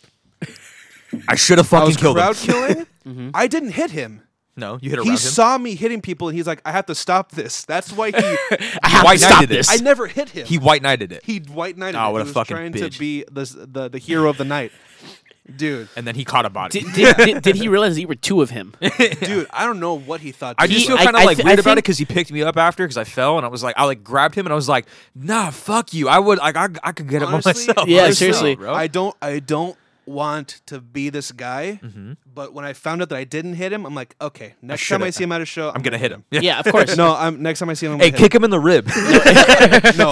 S3: I should have
S4: I
S3: fucking
S4: was
S3: killed
S4: crowd
S3: him.
S4: killing. I didn't hit him.
S3: No, you hit around
S4: He
S3: him.
S4: saw me hitting people, and he's like, I have to stop this. That's
S3: *laughs*
S4: why he.
S1: I have to
S3: White
S1: stop
S3: knighted it.
S1: this.
S4: I never hit him.
S3: he white knighted it,
S4: he white knighted.
S3: Ah,
S4: me.
S3: what
S4: he
S3: a
S4: was
S3: fucking
S4: trying
S3: bitch.
S4: to be the, s- the the hero of the night,
S3: *laughs*
S4: dude.
S3: and then he caught a body.
S1: did, did, did, did he realize that you were two of
S4: *laughs*
S1: him?
S4: Dude, I don't know what he thought.
S3: I
S4: dude.
S3: just
S1: He-
S3: feel
S1: I-
S3: kind of
S1: I
S3: like
S1: thi- I
S3: weird about it
S1: think-
S3: because he picked me up after because I fell and I was like, I like grabbed him and I was like, Nah, fuck you. I would like I, I could get
S4: honestly,
S3: it by myself.
S1: Yeah,
S4: honestly,
S1: seriously.
S3: bro.
S4: I don't. I don't want to be this guy.
S3: Mm-hmm.
S4: But when I found out that I didn't hit him, I'm like, okay, next time
S3: shoulda.
S4: I see him at a show, I'm,
S3: I'm gonna hit him.
S1: yeah, of course.
S4: *laughs* No, I'm next time I see him. I'm
S3: *laughs* Hey,
S4: gonna hit
S3: kick him in the
S1: *laughs*
S3: rib.
S4: him. No,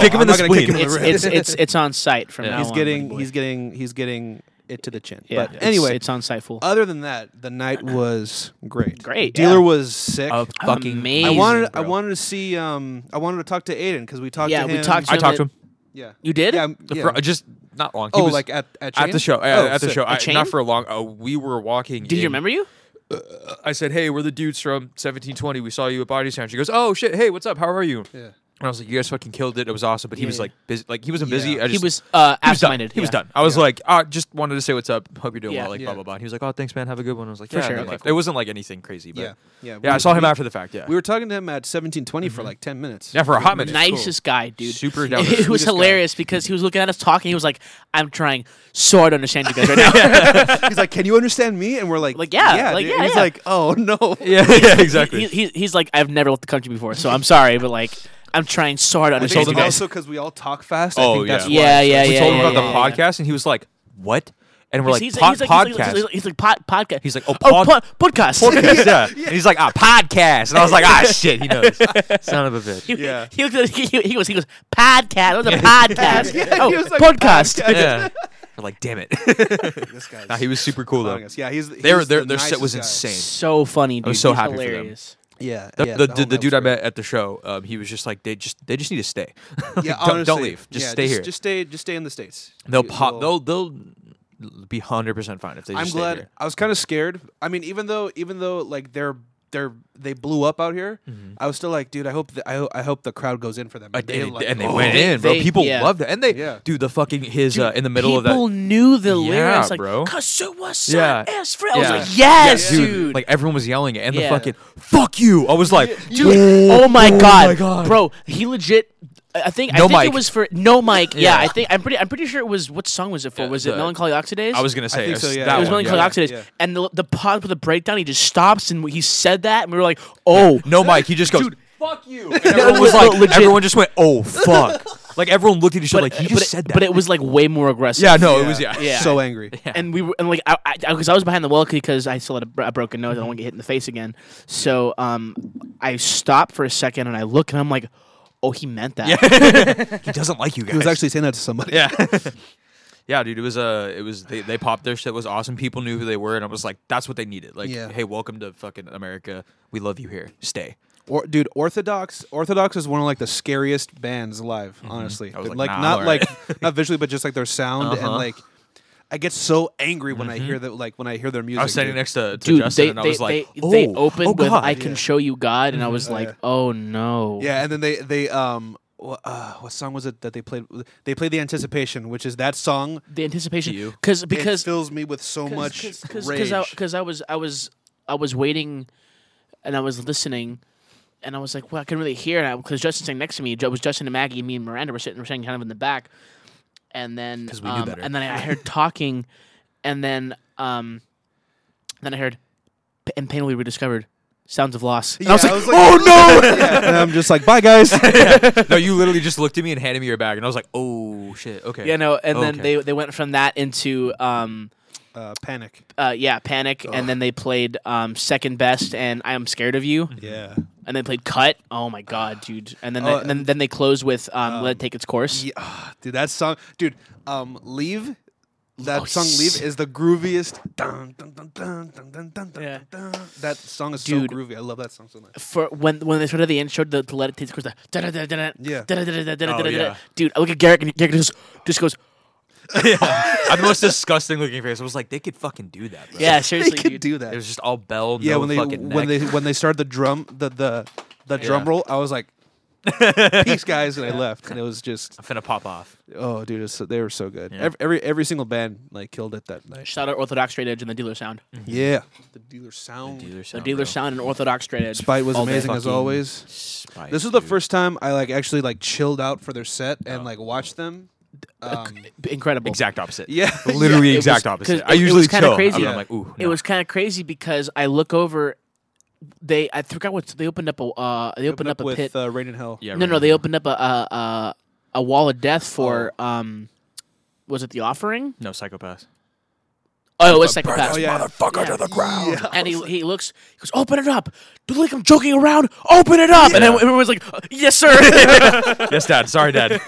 S3: *laughs* kick him
S4: I'm
S3: in the
S4: not gonna kick
S3: spleen.
S4: him in
S1: it's,
S4: the
S1: it's
S4: rib.
S1: it's it's on site from now
S4: He's
S1: on.
S4: getting.
S1: boy.
S4: He's getting. He's getting it to the chin.
S1: Yeah,
S4: but
S1: it's-
S4: anyway, Uh,
S1: it's on site full.
S4: other than that,
S3: *clears throat*
S4: the night was great.
S1: Great,
S4: Dealer
S1: yeah.
S4: was sick.
S3: A fucking
S1: amazing.
S4: I
S1: amazing,
S4: wanted. I wanted to see. Um, I wanted to talk to Aiden because we talked.
S1: yeah,
S4: to
S1: we
S4: him.
S1: talked. To
S3: I
S1: him
S3: talked
S1: at-
S3: to him.
S4: Yeah.
S1: You did?
S4: Yeah. yeah.
S3: For- just not long. uh, He
S4: oh,
S3: was
S4: like at at,
S3: at the
S4: Shane?
S3: show. yeah,
S4: Oh,
S3: at the
S4: sick.
S3: show. I,
S1: chain?
S3: not for a long. Oh, we were walking.
S1: Did you
S3: in-
S1: remember you?
S3: I said, "Hey, we're the dudes from 1720. We saw you at Body Sound." She goes, "Oh shit! Hey, what's up? How are you?"
S4: Yeah.
S3: And I was like, "You guys fucking killed it. It was awesome." But he was like busy. Like he wasn't busy.
S4: Yeah.
S3: I
S1: He
S3: just,
S1: was uh,
S3: he was done.
S1: absent-minded.
S3: He was
S1: yeah.
S3: done. I was like, "Ah, just wanted to say what's up. Hope you're doing
S1: Yeah.
S3: well." Like
S4: Yeah.
S3: blah blah blah. And he was like, "Oh, thanks, man. Have a good one." I was like,
S1: For
S3: "Yeah."
S1: sure.
S3: and then
S1: Okay,
S3: left.
S1: cool.
S3: It wasn't like anything crazy, but
S4: Yeah, yeah.
S3: yeah, I
S4: we-
S3: saw him
S4: we-
S3: after the fact. Yeah,
S4: We were talking to him at 1720 for like 10 minutes.
S3: yeah, for a hot minute.
S1: Nicest guy, dude. *laughs*
S3: Super down.
S1: It
S3: to-
S1: was
S4: sweetest guy.
S1: hilarious because he was looking at us talking. He was like, "I'm trying so hard to understand you guys
S3: *laughs*
S1: right now."
S4: *laughs* He's like, "Can you understand me?" And we're like,
S1: Like, yeah,
S4: yeah."
S1: like,
S4: dude."
S1: yeah,
S4: he's
S1: yeah.
S4: like, "Oh *laughs* no."
S3: *laughs* yeah, yeah, exactly.
S1: he, he, he's like, "I've never left the country before, so I'm sorry, but like, I'm trying so hard to
S4: I
S1: understand
S4: think
S3: told
S1: you
S4: it's
S3: him
S1: guys."
S4: also because we all talk fast. I
S3: Oh,
S4: think that's
S3: yeah.
S4: why.
S1: Yeah, yeah, yeah.
S3: we told him
S1: yeah,
S3: about the
S1: yeah, yeah.
S3: podcast, and he was like, "What?" And we're like,
S1: he's,
S3: "Pod-
S1: he's, like, he's like-
S3: "Podcast."
S1: He's like, he's like, pod, podcast.
S3: He's like, "Oh,
S1: oh,
S3: pod-
S1: po- *laughs* podcast."
S3: *laughs* podcast, yeah. And he's like, ah, podcast. And I was like, ah, shit,
S1: *laughs*
S3: he knows. Son of a bitch.
S1: He,
S4: Yeah.
S1: he, looked at, he, he he goes, he goes, podcast. It was a podcast.
S4: *laughs* Yeah, he
S1: oh,
S4: was like,
S1: podcast.
S4: *laughs* podcast.
S3: Yeah. We're like,
S1: *laughs*
S3: damn it.
S4: This guy's
S3: nah, he was super cool, though.
S4: following us. Yeah, he's
S3: Their,
S4: he's
S3: their,
S4: the
S3: their set
S4: nicest
S3: was
S4: guy.
S3: insane.
S1: So funny, dude.
S3: was so
S1: He's
S3: happy for them.
S1: hilarious.
S4: Yeah,
S3: The,
S4: yeah,
S3: the, the,
S4: whole
S3: the
S4: night
S3: dude
S4: was
S3: I
S4: great.
S3: met at the show, um, he was just like, they just they just need to stay. *laughs* Like,
S4: Yeah,
S3: don't, don't
S4: honestly.
S3: leave. Just
S4: Yeah,
S3: stay here.
S4: Just stay. Just stay in the states.
S3: they'll
S4: You-
S3: pop.
S4: you'll-
S3: They'll they'll be hundred percent fine if they. Just
S4: I'm
S3: stay
S4: glad.
S3: Here.
S4: I was kind of scared. I mean, even though even though like they're they're they blew up out here, I was still like, dude, I hope the, I, ho- I hope the crowd goes in for them.
S3: Mm-hmm. And they,
S4: like,
S3: and they
S4: oh.
S3: went in, bro.
S1: They-
S3: People
S1: yeah.
S3: loved it, and they
S4: Yeah.
S3: dude the fucking his uh, in the middle
S1: People
S3: of that
S1: knew the
S3: Yeah,
S1: lyrics, like,
S3: bro.
S1: Kasuwa-san
S3: Yeah.
S1: is free. I was
S3: Yeah.
S1: like, yes, dude.
S3: Like everyone was yelling it, and
S1: Yeah.
S3: the fucking fuck you. I was like,
S1: Dude, oh, my, god. bro! He legit. I I think I
S3: No
S1: think
S3: mic.
S1: it was for no mic. Yeah.
S3: Yeah.
S1: I think I'm pretty. I'm pretty sure it was. What song was it for?
S3: Yeah,
S1: was it
S3: the-
S1: Melancholy Oxidays?
S3: I was gonna say
S4: think
S3: it
S4: so,
S3: was
S4: yeah.
S3: that
S1: It was
S3: one,
S1: Melancholy Oxidays,
S3: yeah.
S4: yeah.
S1: and the, the pause with the breakdown. He just stops and he said that, and we were like, "Oh,
S3: No, Mike. He just goes. *laughs*
S4: Fuck you.
S3: and everyone was
S1: no,
S3: like,
S1: legit.
S3: everyone just went, *laughs* oh fuck. like everyone looked at each other like he
S1: but
S3: just
S1: it,
S3: said that.
S1: But it was like way more aggressive.
S3: yeah, no, it was yeah.
S1: Yeah.
S4: So angry.
S1: And we were and like I because I, was behind the wall because I still had a, br- a broken
S3: Mm-hmm.
S1: nose. I don't want to get hit in the face again. So um, I stop for a second and I look and I'm like, oh, he meant that.
S3: *laughs* He doesn't like you guys.
S4: He was actually saying that to somebody.
S3: yeah. *laughs* Yeah, dude, it was uh it was they, they popped their shit it was awesome. People knew who they were, and I was like, that's what they needed. Like,
S4: Yeah.
S3: hey, welcome to fucking America. We love you here. Stay.
S4: Or, dude, Orthodox. Orthodox is one of like the scariest bands alive. Honestly,
S3: Mm-hmm. I was
S4: Dude,
S3: like, nah, Uh-huh. I'm
S4: not
S3: alright. *laughs*
S4: like not visually, but just like their sound and like. I get so angry when I hear that, like when I hear their music.
S3: Mm-hmm. I was standing
S4: dude.
S3: next to, to
S1: Dude,
S3: Justin
S1: they,
S3: and I
S1: they,
S3: was like,
S1: they,
S3: oh,
S1: they opened
S3: oh,
S1: with
S3: God. *laughs* Mm-hmm.
S1: "I can show you God," and I was like, "Oh no!"
S4: Yeah, and then they they um wha- uh, what song was it that they played? They played the anticipation, which is that song.
S1: the anticipation
S3: You.
S1: because
S4: Because
S1: because
S4: it fills me with so much rage.
S1: because I, 'cause I was I was I was waiting and I was listening and I was like, well, I couldn't really hear it because Justin's sitting next to me. It was Justin and Maggie, me and Miranda were sitting, were sitting kind of in the back, and then
S3: 'Cause we knew
S1: um,
S3: better.
S1: and then I
S3: *laughs*
S1: heard talking, and then um, then I heard, "P- and pain will be rediscovered. Sounds of loss. And I was like,
S4: oh no! and I'm just like, bye guys.
S3: *laughs* no, you literally just looked at me and handed me your bag, and I was like, oh shit, okay.
S1: you know, and then
S3: Okay.
S1: they they went from that into um,
S4: *laughs* uh, panic.
S1: uh, yeah, panic, and then they played um, second best and I am scared of you.
S4: Yeah.
S1: and they played cut. Oh my god, dude! And then
S4: Oh,
S1: and then, then they close with um, "Let It Take Its Course."
S4: yeah. ah, Dude, that song, dude. Um, leave. That
S1: Oh,
S4: song,
S1: s-
S4: leave, is the grooviest. Dun, dun, dun, dun, dun, dun, dun, dun,
S1: Yeah.
S4: dun. That song is
S1: Dude.
S4: so groovy. I love that song so much.
S1: For when when they started the intro to, to "Let It Take Its Course," the da-da-da-da-da,
S4: Yeah.
S1: da-da-da-da-da-da-da-da-da.
S3: Oh, yeah.
S1: dude, I look at Garrick and Garrick just just goes,
S3: I'm the most disgusting looking face. I was like, they could fucking do that. Bro.
S1: "Yeah,
S4: *laughs* They
S1: seriously,
S4: can
S1: dude."
S4: do that.
S3: It was just all bell,
S4: Yeah,
S3: no
S4: when they
S3: fucking
S4: when
S3: neck.
S4: they when they started the drum the the the drum
S3: Yeah.
S4: roll, I
S1: *laughs*
S4: was like, "Peace, guys," and I left, and it was just
S3: I'm finna pop off.
S4: oh, dude, it's, so- they were so good. Every, every every single band like killed it that night.
S1: Shout out Orthodox Straight Edge and the Dealer Sound.
S4: Yeah, the dealer sound.
S3: Oh,
S1: The Dealer Sound and Orthodox Straight Edge.
S4: Spite was
S3: All day.
S4: amazing as
S3: Fucking
S4: always. This is the first time I like actually like chilled out for their set and
S1: Oh.
S4: like watched them. Um,
S1: Incredible.
S3: exact
S1: *laughs*
S3: opposite.
S4: *laughs* yeah,
S3: literally
S1: It was-
S3: exact
S1: 'cause
S3: opposite. I
S1: it- it
S3: usually
S1: was kinda
S3: chill.
S1: crazy.
S3: I'm,
S4: Yeah.
S3: I'm like, ooh,
S1: It was kind of crazy because I look over. They I forgot what they opened up a uh, they opened, up, a
S4: with
S1: pit.
S4: Uh, Rain in Hell.
S3: yeah,
S1: no, no,
S3: really.
S1: they opened up a a, a, a wall of death for um, was it the offering?
S3: no psychopath.
S1: Oh, it was psychopath.
S4: Oh yeah,
S1: Yeah. And he, he looks, he goes, open it up. Do you think I'm joking around? Open it up. And then everyone's like, "Uh, yes,
S3: *laughs*
S1: sir.
S3: yes, Dad.
S1: *laughs*
S3: Sorry, Dad.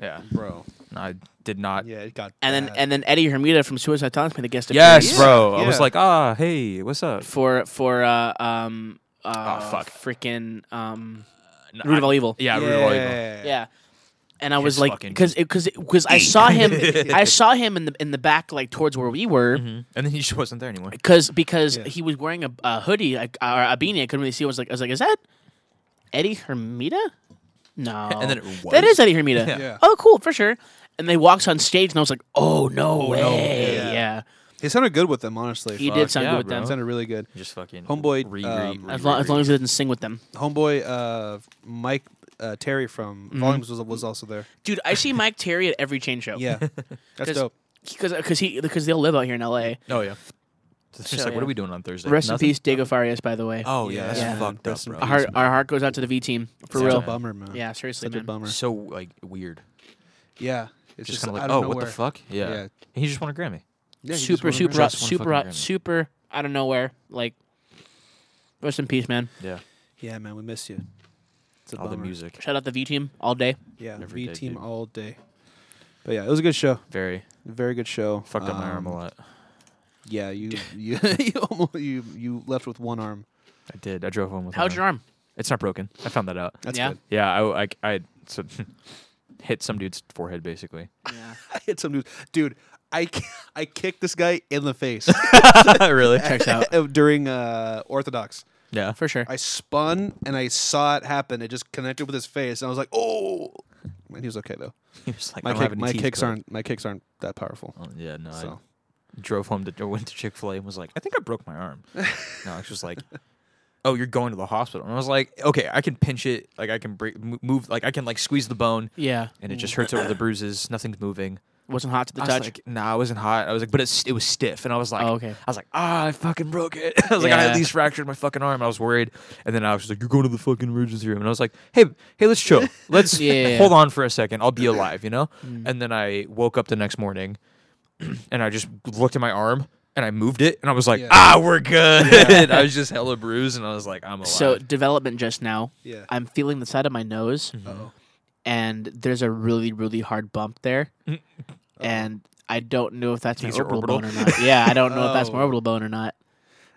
S3: yeah,
S4: bro.
S3: no, I did not.
S4: Yeah, it got
S1: and then
S4: bad.
S1: and then Eddie Hermida from Suicide Silence made the guest
S3: Yes,
S1: appearance
S3: bro. I
S4: Yeah.
S3: was like, ah, hey, what's up?
S1: for for uh, um uh,
S3: Oh, fuck.
S1: freaking um
S3: No,
S1: Root of
S3: I-
S1: All Evil.
S3: Yeah,
S4: yeah,
S3: Root of All Evil.
S1: Yeah. And I was
S3: His
S1: like,
S3: fucking-
S1: because because because I saw
S3: *laughs*
S1: him, I saw him in the in the back, like towards where we were,
S3: Mhm. And then he just wasn't there anymore.
S1: because because
S4: Yeah.
S1: he was wearing a, a hoodie like, or a beanie. I couldn't really see. I was like, I was like, is that Eddie Hermita? *laughs* No.
S3: And then it was.
S1: That is Eddie Hermita.
S4: Yeah.
S1: Oh, cool, for sure. And they walks on stage, and I was like, oh, no way.
S4: Yeah.
S1: Yeah.
S4: He sounded good with them, honestly.
S1: He
S4: Fuck.
S1: did sound
S3: yeah,
S1: good with
S3: bro.
S1: them.
S4: sounded really good.
S3: just fucking
S4: Homeboy,
S3: Re, re,
S4: um,
S3: re,
S1: As long,
S3: re,
S1: as long
S3: re.
S1: as it didn't sing with them.
S4: Homeboy uh, Mike uh, Terry from
S1: Mm-hmm.
S4: Volumes was, was also there.
S1: Dude, I see Mike Terry at every chain show. *laughs*
S4: Yeah, that's
S1: Because-
S4: dope.
S1: Because he, because they'll live out here in L.A.
S3: oh yeah. It's just
S1: So,
S3: like, what
S1: yeah.
S3: are we doing on Thursday?
S1: Rest
S3: Nothing?
S1: in peace, Diego Farias, by the way.
S3: Oh yeah, that's
S1: Yeah.
S3: fucked
S4: Rest in
S3: up, bro.
S1: our, heart-
S4: man.
S1: our heart goes out to the V team, for
S4: Such
S1: real.
S4: a bummer, man.
S1: Yeah, seriously,
S4: such a
S1: man.
S4: bummer.
S3: So like weird.
S4: Yeah, it's
S3: Just,
S4: *laughs*
S3: kind of
S4: out
S3: like, oh, what
S4: nowhere.
S3: the fuck? Yeah.
S4: Yeah.
S3: And He just won a Grammy.
S4: Yeah, he just
S1: super,
S4: went
S1: super, super,
S4: over-
S3: Just one
S1: super,
S3: fucking Grammy.
S1: super, out of nowhere. Like, rest in peace, man.
S3: Yeah.
S4: Yeah, man, we miss you. It's a
S3: All the
S4: bummer.
S3: music.
S1: Shout out the V team all day.
S4: Yeah,
S3: Every
S4: V
S3: day,
S4: team
S3: dude.
S4: all day. But yeah, it was a good show.
S3: Very
S4: Very good show.
S3: fucked up my arm a
S4: Um,
S3: lot. *laughs*
S4: Yeah, you you *laughs* you, almost, you you left with one arm.
S3: I did. I drove home with.
S1: How's
S3: my
S1: your arm?
S3: It's not broken. I found that out.
S4: That's
S1: Yeah.
S4: good. *laughs*
S3: Yeah, I I, I so, *laughs* hit some dude's forehead basically. *laughs*
S1: Yeah.
S4: I hit some dude. Dude, I *laughs* ki- I kicked this guy in the face
S3: really?
S1: Checks out.
S4: *laughs* during uh, Orthodox.
S3: Yeah.
S1: For sure.
S4: I spun and I saw it happen. It just connected with his face, and I was like, "Oh!" And he was okay though.
S3: He was like, I
S4: My,
S3: don't
S4: kick,
S3: have any
S4: my
S3: teeth,
S4: kicks
S3: bro.
S4: aren't my kicks aren't that powerful.
S3: Oh, yeah, no.
S4: so
S3: I drove home to or went to Chick Fil A and was like, I think I broke my arm. no, it's just like, oh, you're going to the hospital. And I was like, okay, I can pinch it. Like I can break, mo- move. Like I can like squeeze the bone,
S1: yeah.
S3: and it just hurts over the bruises. Nothing's moving.
S1: Wasn't hot to the
S3: I was
S1: touch.
S3: like, nah, I wasn't hot. I was like, but it's it was stiff, and I was like,
S1: Oh, okay.
S3: I was like, ah, I fucking broke it. *laughs* I was like, I
S1: Yeah.
S3: at least fractured my fucking arm. I was worried, and then I was just like, you're going to the fucking emergency room, and I was like, hey, hey,
S1: *laughs*
S3: let's chill. Let's
S1: Yeah. Mm.
S3: hold on for a
S1: *clears throat*
S3: second. I'll be alive, you know. And then I woke up the next morning, *clears throat* and I just looked at my arm. And I moved it, and I was like,
S4: Yeah.
S3: "Ah, we're good." *laughs* I was just hella bruised, and I was like, "I'm alive."
S1: so, development just now.
S4: Yeah.
S1: I'm feeling the side of my nose,
S3: Mm-hmm.
S4: Uh-oh.
S1: and there's a really, really hard bump
S3: *laughs*
S1: there. and I don't know if that's my
S3: These are
S1: orbital,
S3: orbital?
S1: bone or not. Yeah, I don't know if
S3: *laughs*
S1: that's my
S4: Oh.
S1: orbital bone or not.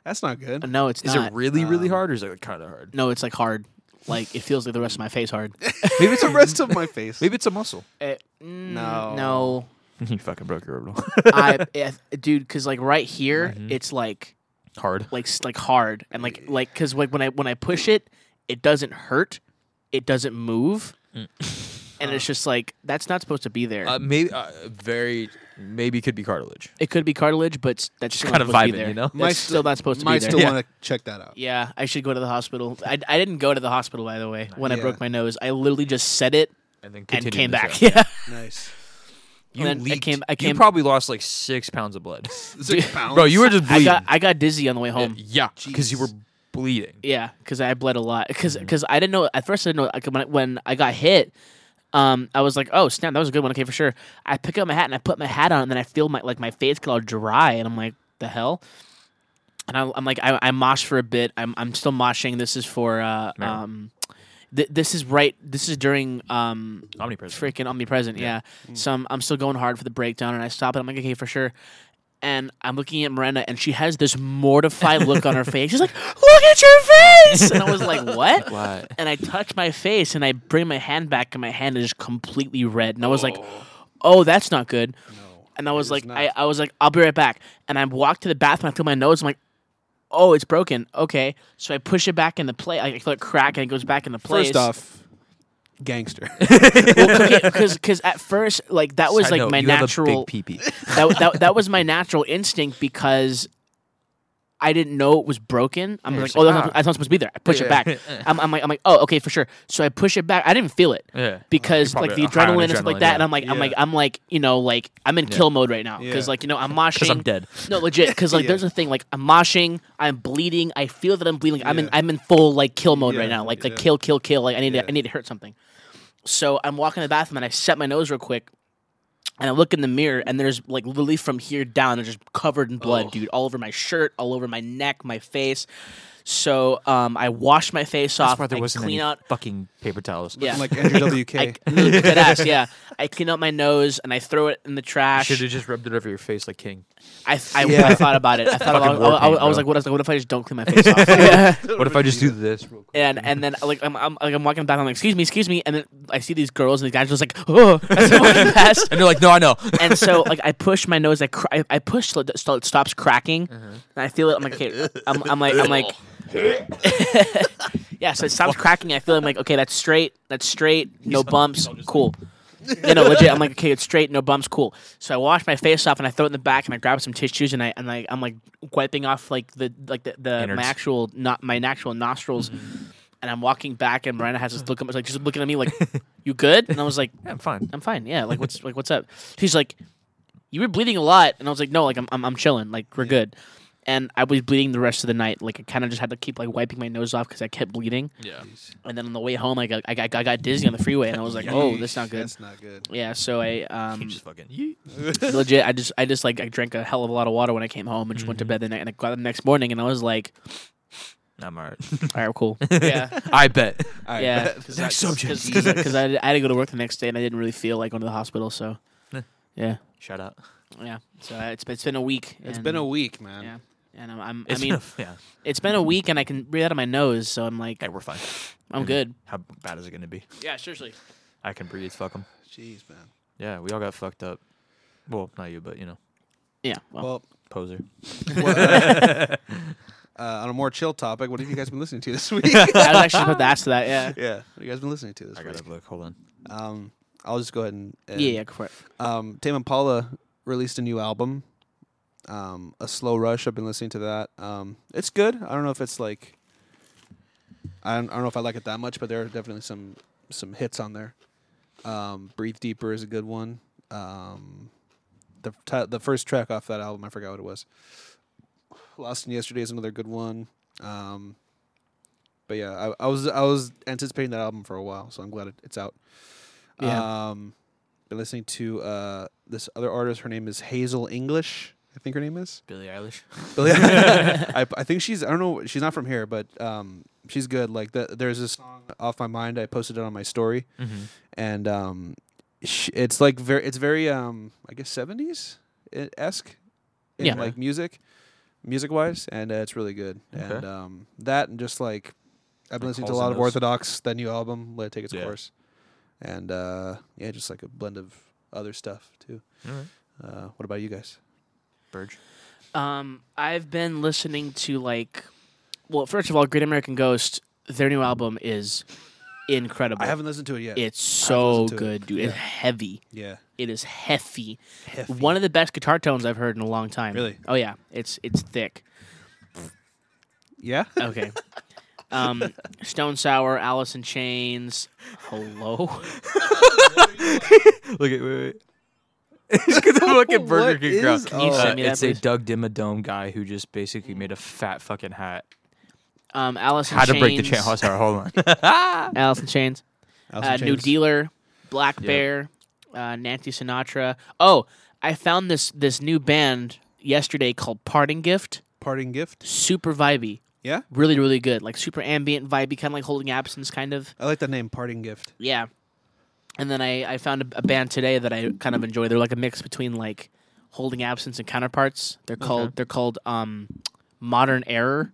S4: that's not good.
S1: No, it's
S3: is
S1: not. um,
S3: it really, really hard, or is it kind of hard?
S1: no, it's like hard. Like, it feels like the rest of my face
S3: *laughs*
S1: hard.
S4: *laughs* Maybe it's the rest of
S1: *laughs*
S4: my face.
S3: Maybe it's a muscle. *laughs*
S1: Eh, mm,
S4: No.
S1: No.
S3: you fucking broke your orbital. *laughs*
S1: I, eh, dude, because like right here,
S3: Mm-hmm.
S1: it's like
S3: hard.
S1: like s- like hard and like like because like when I when I push it, it doesn't hurt, it doesn't move, and
S3: *laughs*
S1: it's just like that's not supposed to be there.
S3: Mm. Uh, maybe uh, very maybe could be cartilage.
S1: it could be cartilage, but s- that's just
S3: kind of
S1: supposed to
S3: vibing,
S1: be there.
S3: you know?
S1: That's
S4: Might
S1: still not supposed to be
S4: might
S1: there.
S4: still
S1: yeah.
S4: want to check that out.
S1: I should go to the hospital. I, I didn't go to the hospital by the way when I
S4: Yeah.
S1: broke my nose. I literally just said it
S3: And then
S1: and
S3: continued
S1: came
S3: the
S1: back.
S3: show.
S1: *laughs* Yeah,
S4: Nice.
S3: You
S1: And then I
S3: leaked.
S1: came- I
S3: You
S1: came-
S3: probably lost like six pounds of *laughs* blood,
S4: Six pounds.
S3: bro. You were just
S1: I
S3: bleeding.
S1: got I got dizzy on the way home.
S3: yeah, because you were
S4: Jeez.
S3: bleeding.
S1: Yeah, because I bled a lot. Because I didn't know at first. I didn't know like, when, I, when I got hit. Um, I was like, "Oh snap, that was a good one." Okay, for sure. I pick up my hat and I put my hat on, and then I feel my like my face get all dry, and I'm like, "The hell." And I, I'm like, I, I mosh for a bit. I'm, I'm still moshing. This is for uh,
S3: Marilyn.
S1: um, th- this is right. This is during um,
S3: Omnipresent.
S1: freaking omnipresent. Yeah. So I'm, I'm still going hard for the breakdown, and I stop it. I'm like, okay, for sure. And I'm looking at Miranda, and she has this mortified look on her face. She's like, "Look at your face!" And I was like, "What?"
S3: What?
S1: And I touch my face, and I bring my hand back, and my hand is completely red. And I was like, "Oh, that's not good." And I was like, I, I was like, I'll be right back. And I walk to the bathroom. I feel my nose. I'm like, oh, it's broken. Okay. So I push it back in the place. I feel it crack and it goes back in the place.
S4: First off, gangster.
S1: because because at first like that was
S3: Side
S1: like
S3: note,
S1: my
S3: you Have a
S1: natural
S3: big *laughs* pee-pee.
S1: *laughs* that, that that was my natural instinct because I didn't know it was broken. I'm like,
S3: just
S1: oh,
S3: like,
S1: that's,
S3: ah.
S1: not, that's not supposed to be there. I push
S3: Yeah.
S1: it
S3: *laughs*
S1: back. I'm, I'm like, I'm like, oh, okay, for sure. So I push it back. I didn't feel it
S3: Yeah.
S1: because
S3: You're
S1: like the
S3: probably high on
S1: adrenaline and stuff
S3: adrenaline,
S1: like that.
S3: yeah.
S1: And I'm like, I'm
S4: Yeah.
S1: like, I'm like, you know, like I'm in kill mode right now because
S4: Yeah.
S1: like you know I'm moshing.
S3: *laughs* 'Cause I'm dead.
S1: No, legit. Because like
S4: Yeah.
S1: there's a thing like I'm moshing. I'm bleeding. I feel that I'm bleeding. Like, I'm in
S4: Yeah.
S1: I'm in full like kill mode right
S4: Yeah,
S1: now. Like like
S4: yeah.
S1: kill kill kill. Like I need
S4: Yeah.
S1: to, I need to hurt something. So I'm walking to the bathroom and I set my nose real quick and I look in the mirror, and there's like literally from here down, it's just covered in blood, dude, all over my shirt, all over my neck, my face. So um, I wash my face
S3: That's
S1: off.
S3: why there
S1: I
S3: wasn't
S1: clean
S3: any
S1: out.
S3: fucking paper towels.
S1: *laughs* Yeah,
S4: *laughs* like Andrew
S1: *laughs*
S4: WK.
S1: I, dead ass, yeah. I clean out my nose and I throw it in the trash.
S3: Should have just rubbed it over your face like King.
S1: I, I,
S4: Yeah.
S1: I thought about it. I thought about.
S3: war
S1: I, I,
S3: paint,
S1: I was
S3: bro.
S1: like, what? I was like, what if I just don't clean my face off? Yeah.
S3: *laughs* What if I *laughs* just do this real quick?
S1: And and then like I'm, I'm like I'm walking back. I'm like, excuse me, excuse me. And then I see these girls and the guys just like, oh, as I'm walking past.
S3: And you're like, no, I *laughs* know.
S1: and so like I push my Uh-huh. *laughs* nose, I cr- I, I push till it, till it stops cracking, and I feel it. I'm like, okay, I'm, I'm like, I'm like, Yeah, so it stops cracking. I feel I'm like, okay, that's straight. That's straight. No bumps. Cool. You know, legit. I'm like, okay, it's straight. No bumps. Cool. So I wash my face off and I throw it in the back and I grab some tissues and I and I, I'm like wiping off like the like the, the my
S3: Innards.
S1: actual not my actual nostrils. And I'm walking back and Miranda has this look at me, like just looking at me like, "You good?" And I was like,
S3: Yeah, I'm fine.
S1: I'm fine. Yeah. Like
S4: *laughs*
S1: what's like what's up? She's like, you were bleeding a lot, and I was like, no, like I'm I'm, I'm chilling. Like we're good. And I was bleeding the rest of the night. Like I kind of just had to keep like wiping my nose off because I kept bleeding.
S2: Yeah.
S1: And then on the way home, I got I got, I got dizzy on the freeway, and I
S4: *laughs*
S1: was like, oh, that's not good.
S4: That's not good.
S1: Yeah. So I
S2: You
S4: *laughs*
S1: um
S2: just fucking. yeet.
S1: legit I just I just like I drank a hell of a lot of water when I came home and just went
S4: Mm-hmm.
S1: to bed the night and I got up the next morning and I was
S4: *laughs*
S1: like,
S3: I'm *laughs* alright.
S1: all right, cool. *laughs* yeah.
S3: I bet.
S4: All right. *laughs*
S1: Yeah, because
S3: Next subject.
S1: because I, I had to go to work the next day and I didn't really feel like going to the hospital. So,
S3: Yeah.
S1: yeah,
S3: Shout out.
S1: yeah. So uh, it's it's been a week.
S4: It's
S1: and- *laughs*
S4: been a week, man.
S1: yeah. And I'm, I'm I
S3: It's
S1: mean,
S3: enough. *laughs* yeah.
S1: it's been
S4: Mm-hmm.
S1: a week, and I can breathe out of my nose, so I'm like,
S3: Hey, we're fine.
S1: I'm good.
S3: How bad is it gonna be?
S1: Yeah, seriously.
S3: I can breathe. Fuck them.
S4: Jeez, man.
S3: Yeah, we all got fucked up. Well, not you, but you know,
S1: Yeah. Well,
S4: Well,
S3: poser.
S4: what- uh, on a more chill topic, what have you guys been listening to
S3: *laughs*
S4: this week?
S1: I was actually supposed to ask that.
S4: *laughs*
S1: Yeah.
S4: yeah, what have you guys been listening to this
S3: I
S4: week?
S3: gotta look. Hold on.
S4: Um, I'll just go ahead and, and
S1: Yeah, yeah, go for it.
S4: Um, Tame Impala released a new album, um, a slow rush. I've been listening to that. Um, it's good. I don't know if it's like, I don't, I don't know if I like it that much, but there are definitely some some hits on there. Um, Breathe Deeper is a good one. Um, the ti the first track off that album, I forgot what it was. Lost in Yesterday is another good one. Um, but yeah, I, I was I was anticipating that album for a while, so I'm glad it, it's out.
S1: Yeah.
S4: Um, been listening to uh, this other artist. Her name is Hazel English. I think her name is.
S2: Billie Eilish. *laughs*
S4: Billie- I, I think she's. I don't know. She's not from here, but um, she's good. Like the, there's this song off my mind. I posted it on my story,
S3: Mm-hmm.
S4: and um, sh- it's like very. It's very um, I guess 70s i- esque in
S1: Yeah.
S4: like music, music wise, and uh, it's really good. And
S3: Okay.
S4: um, that and just like I've been
S3: Like
S4: listening to a
S3: Halls
S4: lot
S3: and
S4: of
S3: Oates.
S4: Orthodox. That new album, let it take its
S3: Yeah.
S4: course, and uh, yeah, just like a blend of other stuff too.
S3: Alright.
S4: Uh, what about you guys?
S3: Burge.
S1: Um, I've been listening to like, well, first of all, Great American Ghost. Their new album is incredible.
S4: I haven't listened to it yet.
S1: It's
S4: I
S1: so
S4: haven't listened to it.
S1: good, dude. It's
S4: Yeah.
S1: heavy.
S4: yeah.
S1: It is hefty. One of the best guitar tones I've heard in a long time.
S4: Really?
S1: Oh yeah. It's it's thick.
S4: Yeah. *laughs*
S1: Okay. Um, Stone Sour, Alice in Chains.
S4: *laughs*
S1: Hello.
S3: Look at wait. wait. *laughs* Just get
S1: *laughs*
S3: the fucking Burger
S4: What
S3: King crowd.
S4: is-
S3: Uh,
S1: Can you send me that,
S3: it's a
S1: please?
S3: Doug Dimmadome guy who just basically made a fat fucking hat.
S1: Um, Alice in
S3: How
S1: Chains.
S3: to break the chain? Oh, sorry, *laughs* hold on.
S1: Alice in Chains.
S4: Alice
S1: uh,
S4: in
S1: New
S4: Chains.
S1: Dealer, Black Bear, uh, Nancy Sinatra. Oh, I found this this new band yesterday called Parting Gift.
S4: Parting gift.
S1: Super vibey,
S4: Yeah.
S1: really really good. Like super ambient vibey, kind of like Holding Absence, kind of.
S4: I like that name, parting gift.
S1: Yeah. And then I I found a, a band today that I kind of enjoy. They're like a mix between like Holding Absence and Counterparts. They're called they're called um Modern Error.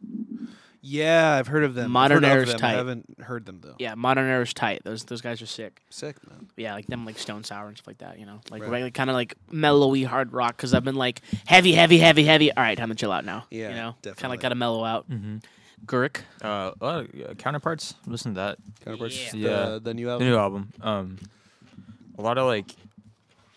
S4: Yeah, I've heard of them. I've
S1: Modern
S4: heard of
S1: era's
S4: them.
S1: tight.
S4: I haven't heard them though.
S1: Yeah, Modern Error's tight. Those those guys are sick.
S4: Sick man.
S1: yeah, like them like Stone Sour and stuff like that, you know, like
S4: Right.
S1: regular kind of like mellowy hard rock. Because I've been like heavy, heavy, heavy, heavy. All right, time to chill out now.
S4: Yeah,
S1: you know, kind
S4: definitely.
S1: of got to mellow out. Mm-hmm. Gurik,
S3: uh, uh, counterparts. Listen to that.
S4: Kind of purchased
S3: Yeah.
S4: the, the new
S3: The
S4: album.
S3: new album. Um, a lot of like,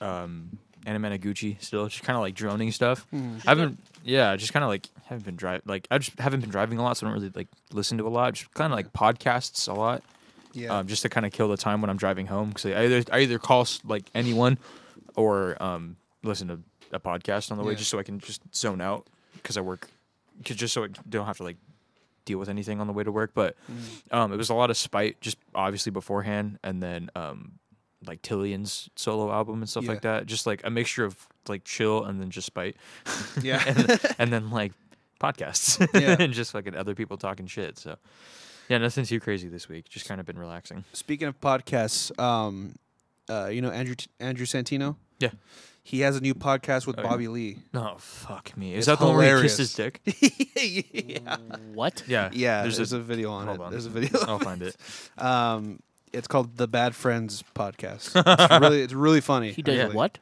S3: um, Anamanaguchi still just kind of like droning stuff. I haven't. Yeah, just kind of like haven't been driving. Like I just haven't been driving a lot, so I don't really like listen to a lot. Just kind of like podcasts a lot.
S4: Yeah. *laughs*
S3: um, just to kind of kill the time when I'm driving home because I either I either call s- like anyone or um, listen to a podcast on the way
S4: Yeah.
S3: just so I can just zone out because I work 'cause just so I don't have to like deal with anything on the way to work. But
S4: Mm.
S3: um, it was a lot of spite just obviously beforehand and then um, like Tillian's solo album and stuff
S4: Yeah.
S3: like that. Just like a mixture of like chill and then just
S4: *laughs*
S3: spite
S4: yeah.
S3: and, and then like podcasts
S4: Yeah.
S3: *laughs* and just fucking other people talking shit. So yeah, nothing too crazy this week. Just kind of been relaxing.
S4: Speaking of podcasts, um, uh, you know Andrew Andrew Santino.
S3: Yeah.
S4: He has a new podcast with
S3: Oh, yeah.
S4: Bobby Lee.
S3: No, fuck me. Is
S4: It's
S3: that the one where he
S4: hilarious.
S3: kissed his dick?
S4: yeah.
S1: what?
S3: *laughs* Yeah.
S4: *laughs* Yeah. There's, a, video on
S3: hold
S4: it.
S3: on.
S4: There's
S3: *laughs*
S4: a video. *laughs*
S3: I'll find it.
S4: Um, it's called the Bad Friends
S3: *laughs*
S4: Podcast. It's really, it's really funny.
S1: He does
S4: actually.
S1: what?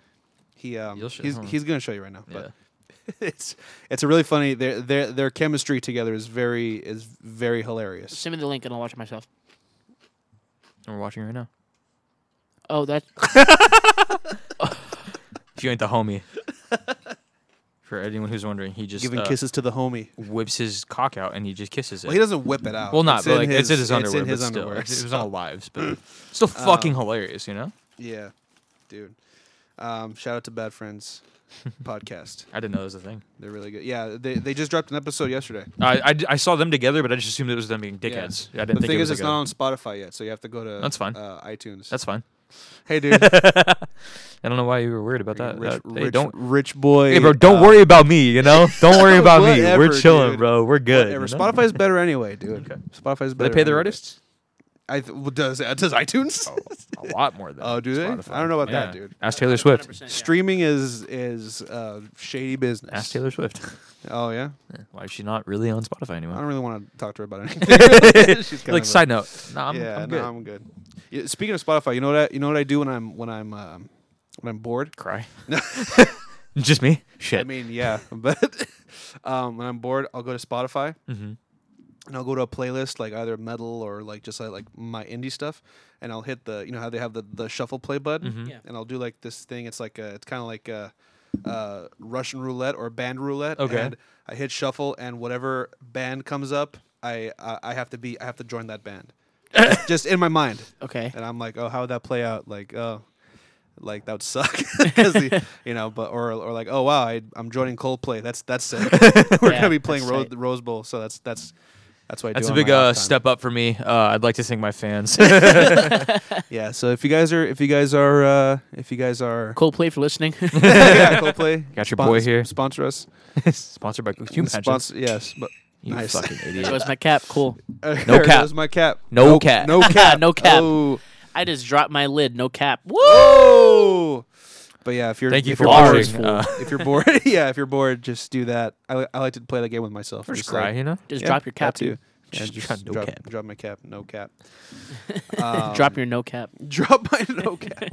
S4: He um,
S3: You'll show-
S4: he's
S3: hold on.
S4: he's gonna show you right now.
S3: Yeah.
S4: But *laughs* it's it's a really funny their their their chemistry together is very is very hilarious.
S1: Send me the link and I'll watch it myself.
S3: And we're watching right now.
S1: Oh, that
S3: If you ain't the
S4: *laughs*
S3: homie. For anyone who's wondering, he just
S4: Giving
S3: uh,
S4: kisses to the homie.
S3: whips his cock out and he just kisses it.
S4: Well, he doesn't whip it out.
S3: Well, not, but
S4: in
S3: like it's in his underwear.
S4: It's in his
S3: but still,
S4: underwear. Um,
S3: It was
S4: *laughs*
S3: all lives, but still fucking hilarious, you know.
S4: Yeah, dude. Um, shout out to
S3: *laughs*
S4: Bad Friends podcast.
S3: I didn't know that was a thing.
S4: They're really good. Yeah, they, they just dropped an episode yesterday.
S3: I, I, I saw them together, but I just assumed it was them being dickheads. Yeah. I didn't
S4: the
S3: think
S4: thing
S3: it was
S4: is, it's
S3: like
S4: not
S3: a-
S4: on Spotify yet, so you have to go to
S3: That's fine.
S4: Uh, iTunes.
S3: That's
S4: *laughs*
S3: fine. *laughs*
S4: hey, dude.
S3: I don't know why you were worried about that.
S4: rich,
S3: That- hey,
S4: rich-
S3: don't.
S4: rich boy.
S3: Hey, bro, don't
S4: uh,
S3: worry about me. You
S4: *laughs*
S3: know, don't worry about me.
S4: Whatever,
S3: We're chilling,
S4: dude.
S3: bro. We're good.
S4: Whatever.
S3: you know?
S4: Spotify's better anyway, dude.
S3: Okay.
S4: Spotify's
S3: Do
S4: better.
S3: they pay their
S4: anyway.
S3: artists?
S4: I th- well, does uh, does iTunes?
S3: Oh, *laughs* a lot more than.
S4: Oh, do they?
S3: Spotify.
S4: I don't know about that,
S3: Yeah.
S4: dude.
S3: *laughs* Ask Taylor Swift.
S1: 100%, yeah.
S4: Streaming is is uh, shady business.
S3: Ask Taylor Swift.
S4: *laughs* Oh yeah,
S3: Why is she not really on Spotify anymore?
S4: I don't really want to talk to
S3: *laughs*
S4: her about anything. *laughs* She's kind
S3: like
S4: of a-
S3: side note. No, I'm,
S4: yeah,
S3: I'm
S4: no,
S3: good.
S4: I'm good. Yeah, speaking of Spotify, you know what I, you know what I do when I'm when I'm um, when I'm bored.
S3: Cry. *laughs* Just me. Shit.
S4: I mean, yeah, *laughs* but um, when I'm bored, I'll go to Spotify
S3: Mhm.
S4: and I'll go to a playlist like either metal or like just uh, like, like my indie stuff, and I'll hit the you know how they have the, the shuffle play button,
S3: Mm-hmm.
S1: Yeah.
S4: and I'll do like this thing. It's like a, it's kind of like a, uh, Russian roulette or band roulette.
S3: Okay.
S4: And I hit shuffle, and whatever band comes up, I I, I have to be I have to join that
S3: *laughs*
S4: band, just in my mind.
S1: okay.
S4: And I'm like, oh, how would that play out? Like, oh, like that would suck, *laughs* 'Cause the- you know. But or or like, oh wow, I, I'm joining Coldplay. That's
S1: *laughs*
S4: that's sick. *laughs* We're
S1: Yeah,
S4: gonna be playing
S1: that's
S4: Ro-
S1: right.
S4: the Rose Bowl, so that's that's that's what I
S3: That's
S4: do.
S3: a
S4: on my
S3: big
S4: off
S3: uh,
S4: time.
S3: step up for me. Uh, I'd like to thank my
S4: *laughs*
S3: fans.
S4: Yeah. So if you guys are if you guys are uh, if you guys are
S1: Coldplay for listening.
S4: *laughs*
S1: *laughs*
S4: yeah, Coldplay,
S3: Got your boy here.
S4: Sponsor us.
S3: Sponsored by. Could you imagine?
S4: Sponsor, yes. But *laughs*
S3: you
S4: nice.
S3: fucking
S1: That
S3: idiot.
S1: was my cap. Cool.
S4: no
S3: cap.
S4: There's
S1: *laughs*
S4: my cap.
S3: No
S4: Nope,
S3: cap.
S4: No cap.
S1: No cap.
S4: Oh.
S1: I just dropped my lid. No cap. Woo!
S4: Oh. But yeah, if you're
S3: Thank you
S4: if
S3: for
S4: you're bored,
S3: watching. Uh,
S4: if you're bored, *laughs* yeah, if you're bored, just do that. I, li- I like to play that game with myself.
S3: just
S4: like,
S3: cry, you know.
S1: Just
S4: yeah,
S1: drop your
S4: that
S1: cap too.
S4: Yeah,
S3: *laughs* Just
S4: just
S3: drop no
S4: drop,
S3: cap.
S4: drop my cap,
S3: *laughs*
S4: no cap. Um,
S1: drop your no cap.
S4: *laughs* Drop my
S1: *laughs*
S4: no cap.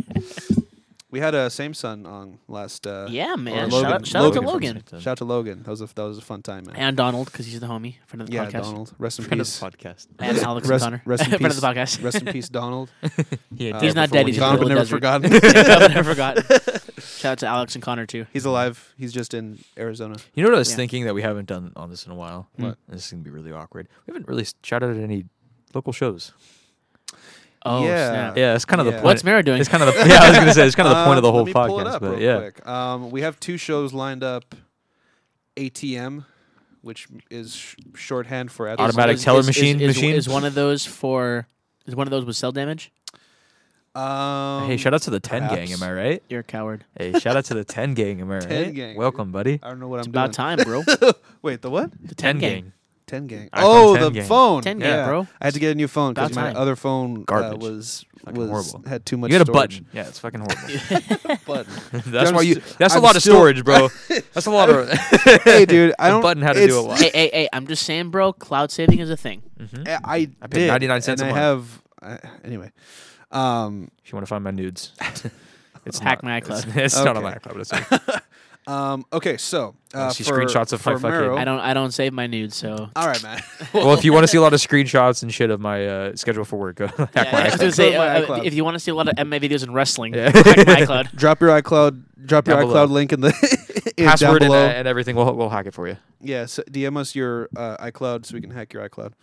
S4: we had a same son on last. Uh,
S1: Yeah, man.
S4: Logan-
S1: shout out, shout out to
S4: Logan
S1: Logan
S4: Shout out to Logan. That was a that was a fun time, man.
S1: and Donald because he's the homie, friend of the
S4: yeah,
S1: podcast,
S4: Donald. Rest in
S2: Friend of
S4: peace.
S2: the podcast.
S1: and Alex
S4: rest,
S1: and Connor,
S4: rest in peace.
S1: *laughs* friend of the podcast.
S3: *laughs*
S4: Rest in peace, Donald. Uh,
S3: Yeah,
S1: He's not
S3: before
S1: dead,
S3: we
S1: he's
S3: do
S1: just
S3: that.
S1: in
S4: Donovan
S1: the
S4: never
S1: desert. *laughs*
S4: forgotten.
S1: I've never forgotten. Shout out to Alex and Connor too.
S4: He's alive. He's just in Arizona.
S3: You know what I was
S1: Yeah. Hmm.
S3: thinking that we haven't done on this in a while?
S4: What?
S3: This is gonna be really awkward. We haven't really s- shouted out any local shows.
S1: Oh
S4: Yeah.
S1: snap!
S3: Yeah, it's kind of the
S4: Yeah.
S3: point.
S1: What's Mara doing?
S3: It's kind of the *laughs* yeah. I was gonna say it's kind of the point of the
S4: Um,
S3: whole
S4: let me pull it
S3: podcast,
S4: up
S3: but
S4: real
S3: yeah.
S4: quick. Um, we have two shows lined up. ATM, which is sh- shorthand for at the
S3: Automatic
S1: Is-
S3: teller
S1: is- is-
S3: machine-
S1: is-
S3: machine?
S1: is one of those for is one of those with cell damage.
S4: moment. Um,
S3: hey, shout out to the Ten Gang,
S4: perhaps.
S3: am
S1: *laughs*
S3: I right?
S1: You're a coward.
S3: Hey, shout out to the Ten Gang, am I right?
S4: 10 Gang,
S3: Welcome, buddy.
S4: I don't know what
S1: It's
S4: I'm
S1: about time,
S4: doing.
S3: *laughs*
S1: bro.
S4: Wait, the what?
S1: The
S3: Ten
S1: 10 gang.
S3: Gang.
S4: Ten gang.
S3: iPhone
S4: oh,
S3: 10
S4: the
S3: gang.
S4: phone.
S1: 10 gang,
S4: yeah.
S3: *laughs*
S1: bro.
S4: I had to get a new phone because
S1: About
S4: my
S1: time.
S4: other phone uh,
S3: Garbage.
S4: was
S3: Fucking
S4: was
S3: horrible.
S4: had too much.
S3: You had a
S4: storage.
S3: button. Yeah, it's
S4: *laughs*
S3: fucking horrible. *laughs*
S4: Button.
S3: That's
S4: I'm
S3: why you.
S4: st-
S3: That's
S4: I'm
S3: a lot of
S4: still-
S3: storage,
S4: *laughs*
S3: bro. That's a lot of. *laughs*
S4: hey, dude, I
S3: The
S4: don't.
S3: button had to do
S4: it's-
S3: a lot.
S1: hey, hey, hey! I'm just saying, bro. Cloud saving is a thing.
S3: Mm-hmm.
S4: I, eh, I
S3: paid
S4: did,
S3: 99 cents
S4: and
S3: a
S4: I
S3: month.
S4: have. I, anyway, um,
S3: if you want to find my nudes, *laughs* it's
S1: Hack
S3: not,
S1: my
S3: it's-
S1: iCloud.
S3: *laughs* It's, not on
S4: Okay.
S3: my iCloud. But it's like,
S4: um, okay, so uh,
S3: see
S4: for,
S3: screenshots of
S4: for
S3: my fucking-
S4: Mero-
S1: I don't I don't save my nudes, so
S4: All right, man.
S3: well, if you want to see a lot of screenshots and shit of my uh, schedule for work, *laughs* go hack
S1: Yeah,
S3: my
S1: I was
S3: iCloud.
S1: gonna say,
S4: Go to my
S1: uh,
S4: iCloud.
S1: if you want to see a lot of MMA videos and wrestling,
S3: Yeah.
S1: hack my iCloud.
S3: *laughs*
S4: drop your iCloud. Drop your
S3: Down
S4: iCloud
S3: below.
S4: link in the *laughs* in
S3: password and,
S4: down
S3: uh,
S4: below.
S3: and everything. We'll we'll hack it for you.
S4: yeah, so DM us your uh, iCloud so we can hack your iCloud.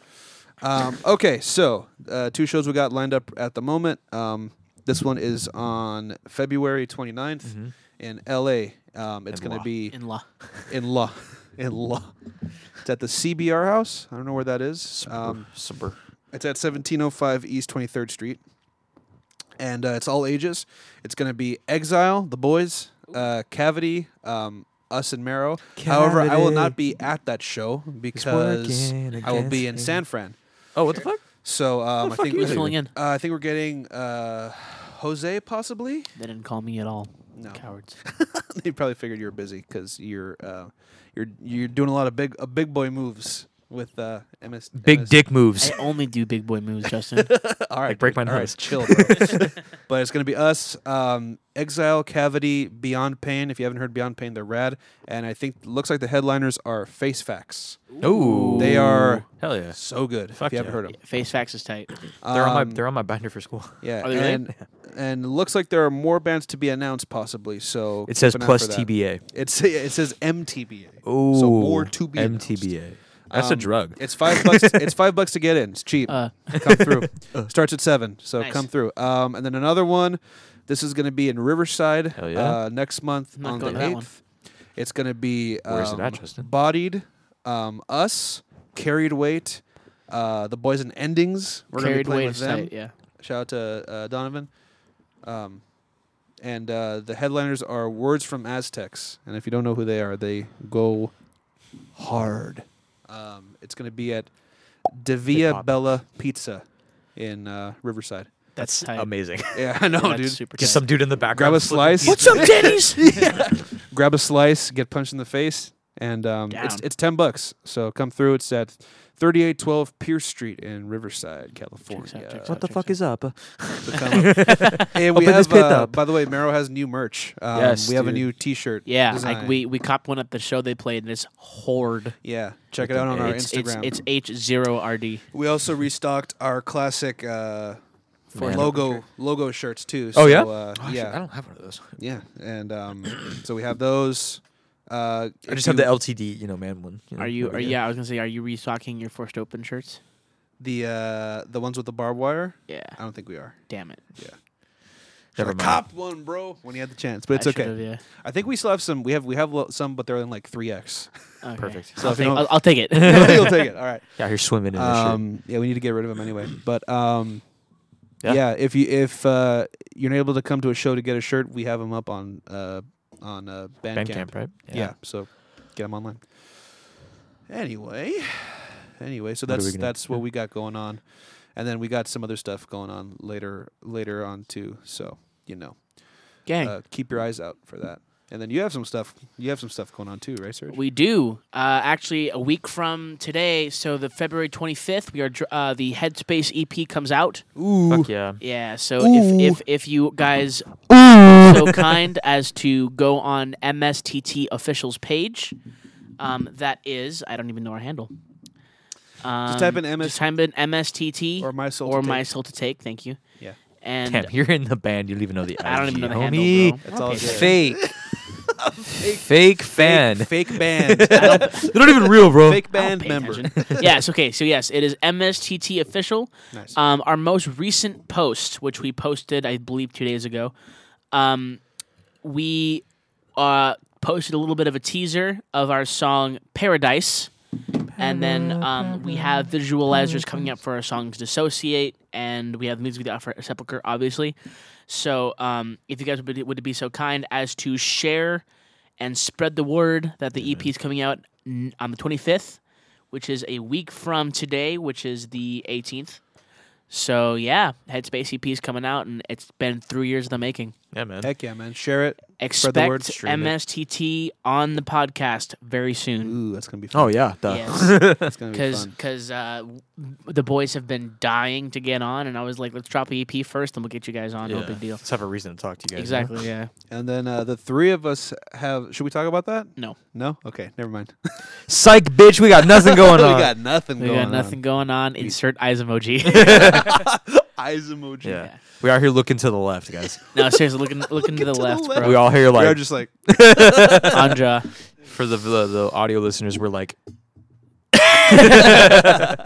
S4: Um, okay, so uh, two shows we got lined up at the moment. Um, this one is on February 29th in LA. Um, it's
S3: Mm-hmm. In
S4: going to
S3: law.
S4: be
S1: In law,
S4: in law. *laughs* In law. It's at the CBR house. I don't know where that is. Um,
S3: Super.
S4: It's at 1705 East 23rd Street. And uh, it's all ages. It's going to be Exile, The Boys, uh, Cavity, um, Us and Marrow. However, I will not be at that show because
S3: working
S4: I will
S3: against
S4: be in
S3: me.
S4: San Fran.
S3: Oh, what the fuck?
S4: So um, I think
S1: you filling in?
S4: Uh, I think we're getting uh, Jose possibly.
S1: they didn't call me at all.
S4: No. *laughs*
S1: Cowards.
S4: they probably figured you were busy because you're uh, you're you're doing a lot of big uh, big boy moves. with uh, MS.
S3: Big
S4: MS
S3: dick moves.
S1: I only do big boy
S3: *laughs*
S1: moves, Justin.
S4: All right,
S3: Like, break
S4: dude.
S3: my
S4: All right,
S3: nose. *laughs*
S4: chill. bro. but it's gonna be us, um, Exile, Cavity, Beyond Pain. If you haven't heard Beyond Pain, they're rad. And I think looks like the headliners are Face Facts.
S3: Ooh.
S4: They are
S3: Hell yeah.
S4: so good.
S3: Fuck
S4: if you haven't
S3: yeah.
S4: heard them,
S1: Face facts is tight.
S3: They're
S4: um,
S3: on my they're on my binder for school.
S4: yeah,
S1: Are they really?
S4: and and looks like there are more bands to be announced possibly. So
S3: *laughs* It says
S4: keep an eye
S3: plus
S4: for that.
S3: TBA.
S4: It's it says MTBA.
S3: Ooh.
S4: so more to be announced.
S3: MTBA. That's a
S4: Um,
S3: drug.
S4: It's
S3: *laughs*
S4: five bucks. it's five bucks to get in. It's cheap.
S1: Uh.
S4: *laughs* Come through.
S3: Uh.
S4: Starts at seven, so
S1: Nice.
S4: come through. Um, and then another one. This is going to be in Riverside.
S3: Hell yeah.
S4: Uh, next month
S1: I'm not
S4: on
S1: going
S4: the
S1: to that one.
S4: eighth. It's going to be um,
S3: Where is it at, Justin?
S4: Bodied, um, Us, Carried Weight, uh, the Boys and Endings. We're going to be
S1: Carried
S4: playing
S1: weight
S4: with
S1: is
S4: them.
S1: tight. Yeah.
S4: Shout out to uh, Donovan. Um, and uh, the headliners are Words from Aztecs. And if you don't know who they are, they go hard. Um, it's going to be at Devia
S3: pop.
S4: Bella Pizza in uh, Riverside. *laughs*
S1: That's tight.
S3: Amazing.
S4: Yeah, I know,
S1: That's
S4: dude.
S1: super
S3: Just
S1: tight.
S3: some dude in the background.
S4: Grab a
S3: flipping
S4: slice.
S3: pizza.
S1: What's up,
S4: *laughs*
S1: Denny's? *laughs*
S4: Grab a slice, get punched in the face, and um, it's
S1: Down.
S4: it's ten bucks. So come through. It's at thirty-eight twelve Pierce Street in Riverside, California.
S1: checks out.
S3: What the fuck is up? *laughs*
S4: Hey, we
S3: Open
S4: have,
S3: this pit
S4: uh,
S3: up.
S4: By the way, Mero has new merch. Um,
S3: Yes,
S4: we have a
S3: dude.
S4: new T-shirt.
S1: Yeah, like
S4: design.
S1: we we copped one at the show they played, and it's horde.
S4: Yeah, check it out on our
S1: it's,
S4: Instagram.
S1: It's H zero R D.
S4: we also restocked our classic uh, for
S3: Man.
S4: logo logo shirts too.
S3: Oh, yeah?
S4: uh,
S3: Oh, shit, I
S4: yeah,
S3: don't have one of those.
S4: yeah, and um, so we have those. Uh,
S3: I
S4: if
S3: just have
S4: you-
S3: the LTD, you know, man one. you know,
S1: Are you?
S3: over
S1: Are,
S3: there.
S1: yeah, I was gonna say, are you restocking your forced open shirts?
S4: the uh, the ones with the barbed wire.
S1: Yeah.
S4: I don't think we are.
S1: Damn it.
S3: Never mind.
S4: Should've copped one, bro, when he had the chance, but it's
S1: I should've,
S4: okay.
S1: Yeah.
S4: I think we still have some. We have we have lo- some, but they're in like three X.
S1: Okay.
S3: Perfect.
S4: So
S1: I'll,
S4: if you
S1: take,
S4: don't- Uh,
S1: I'll, *laughs* I'll take
S4: *laughs*
S1: it.
S4: You'll take it. All right.
S3: Yeah, you're swimming in this
S4: Um, yeah, we need to get rid of him anyway. But um, yeah.
S3: Yeah.
S4: if you if uh, you're not able to come to a show to get a shirt, we have them up on uh, on uh, Bandcamp.
S3: shit. Bandcamp, right?
S4: Yeah. so get them online. Anyway, anyway, so
S3: What are we
S4: that's
S3: gonna-
S4: that's what we got going on, and then we got some other stuff going on later later on too. So you know,
S1: Gang.
S4: uh, keep your eyes out for that. And then you have some stuff. You have some stuff going on too, right, Serge?
S1: We do. Uh, actually, a week from today, so the February 25th, we are dr- uh, the Headspace EP comes out.
S4: Ooh,
S3: Fuck yeah.
S1: Yeah, so if, if if you guys are so kind as to go on MSTT officials page, um, that is I don't even know our handle. Um,
S4: type in MS
S1: Just type in MSTT
S4: or my soul.
S1: or
S4: to
S1: my
S4: take.
S1: soul to take. Thank you.
S4: Yeah.
S1: And
S3: Damn, you're in the band. You don't even know the.
S1: I don't even know
S3: IG,
S1: the
S3: homie.
S1: handle, bro.
S4: That's all
S1: Okay.
S4: good.
S3: Fake. *laughs* Fake fan.
S4: fake
S3: *laughs*
S4: band.
S3: They're not even real, bro.
S4: fake
S1: I don't
S4: band
S1: pay
S4: member.
S1: attention. *laughs* yes. Okay. So yes, it is MSTT official.
S4: *laughs* Nice.
S1: Um, our most recent post, which we posted, I believe, two days ago, um, we uh, posted a little bit of a teaser of our song Paradise. And then um, we have visualizers coming up for our songs Dissociate, and we have music video for Sepulchre, obviously. So um, if you guys would be, would be so kind as to share and spread the word that the EP is coming out n- on the 25th, which is a week from today, which is the 18th. So yeah, Headspace EP is coming out, and it's been three years in the making.
S3: Yeah, man.
S4: Heck yeah, man. Share it. Spread
S1: Expect
S4: the word, stream it.
S1: MSTT on the podcast very soon.
S4: Ooh, that's gonna be fun.
S3: Oh yeah. Duh.
S1: Yes,
S4: that's gonna be
S1: because
S4: fun.
S1: uh, w- the boys have been dying to get on, and I was like, let's drop an EP first, and we'll get you guys on. No
S3: Yeah.
S1: big deal.
S3: Let's have a reason to talk to you guys. you know?
S1: Exactly. Yeah.
S4: And then uh, the three of us have. Should we talk about that?
S1: No,
S4: No. Okay, never mind.
S3: Psych, bitch. We got
S4: *laughs*
S3: nothing going
S4: we
S3: on.
S4: got nothing
S1: we
S4: going
S1: got nothing going on. Insert eyes emoji. *laughs*
S4: on. Eyes emoji.
S3: yeah.
S1: Yeah.
S3: We are here looking to the left,
S4: *laughs*
S3: guys.
S1: no, seriously, looking looking to the left, bro.
S3: we all here
S4: We
S3: like
S4: are
S3: *laughs*
S4: just like
S1: *laughs* Andra.
S3: for the, the the audio listeners. We're *laughs*
S4: *laughs*
S3: like. there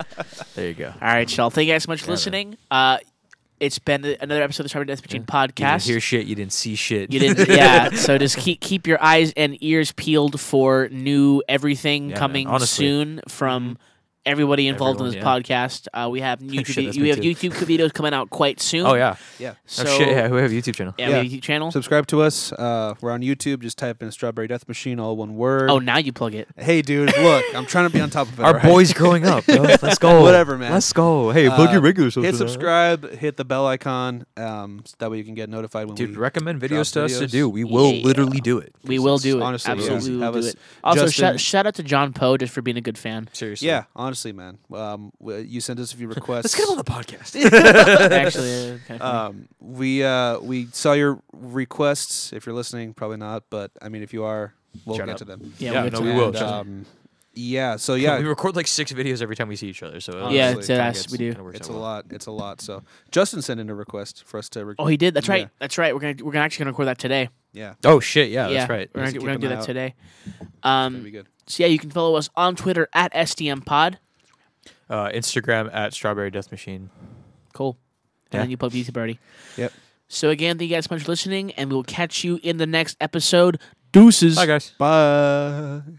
S3: you go.
S1: All right, y'all. Thank you guys so much for listening. Uh, it's been another episode of the Sharp Death Machine
S3: You didn't
S1: podcast.
S3: hear shit. You didn't see shit.
S1: You
S3: *laughs*
S1: didn't, yeah. So just keep keep your eyes and ears peeled for new everything
S3: Yeah, man,
S1: coming
S3: honestly. Mm-hmm.
S1: soon from everybody involved in this
S3: Everyone,
S1: podcast. Uh, we have YouTube.
S3: *laughs* Shit, that's
S1: we
S3: me
S1: have
S3: too.
S1: YouTube
S3: *laughs*
S1: videos coming out quite soon.
S3: Oh yeah.
S4: Yeah.
S1: So,
S3: oh shit. Yeah, we have a YouTube channel.
S1: yeah,
S4: Yeah.
S1: We have a YouTube channel.
S4: Subscribe to us. Uh, we're on YouTube. Just type in Strawberry Death Machine, all one word.
S1: oh, now you plug it.
S4: Hey, dude, look, I'm trying to be on top of it.
S3: Our
S4: all right?
S3: boys growing up.
S4: *laughs*
S3: bro. Let's go.
S4: Whatever, man.
S3: Let's go. Hey,
S4: Uh,
S3: plug your regular social.
S4: Hit subscribe. Hit the bell icon. Um, so that way you can get notified when
S3: Dude,
S4: we.
S3: recommend
S4: drop
S3: videos to us to
S4: videos.
S3: do. We will
S1: Yeah.
S3: literally do it.
S1: We will do it.
S4: Honestly, yeah.
S1: Absolutely, we
S4: Have
S1: will do
S4: us-
S1: it. Also,
S4: Justin-
S1: shout, shout out to John Poe just for being a good
S4: *laughs*
S1: fan.
S3: Seriously.
S4: yeah, honestly, man. Um, w- you send
S1: *laughs*
S4: us a few requests.
S3: Let's get him on the *laughs* podcast.
S1: Actually, uh, kinda funny.
S4: Um, we uh, we saw your requests. If you're listening, probably not, but I mean, if you are, we'll
S3: Shut
S4: get
S3: up.
S4: to them.
S1: yeah,
S3: yeah,
S1: we'll get
S3: no,
S1: to
S3: we
S1: that.
S3: will.
S4: And,
S3: Trust me.
S4: um, yeah. So
S3: *laughs*
S4: yeah,
S3: we record like six videos every time we see each other. So
S1: Yeah,
S4: Honestly,
S1: it's us. We do.
S4: it's a lot. It's a lot. So Justin sent in a request for us to. Rec-
S1: Oh, he did. That's right.
S4: Yeah.
S1: That's right. We're gonna we're gonna actually gonna record that today.
S4: yeah,
S3: Oh shit. Yeah, that's right.
S1: We're gonna,
S4: Just
S1: do-
S4: keep
S1: we're gonna
S4: an
S1: do
S4: eye
S1: that
S4: out.
S1: today.
S4: that'd be
S1: Um,
S4: good.
S1: so yeah, you can follow us on Twitter at SDM Pod.
S3: Uh, Instagram at Strawberry Death Machine.
S1: Cool. And
S3: Yeah.
S1: then you plug YouTube already.
S4: Yep.
S1: So again, thank you guys so much for listening, and we will catch you in the next episode. Deuces.
S3: Bye guys.
S4: Bye.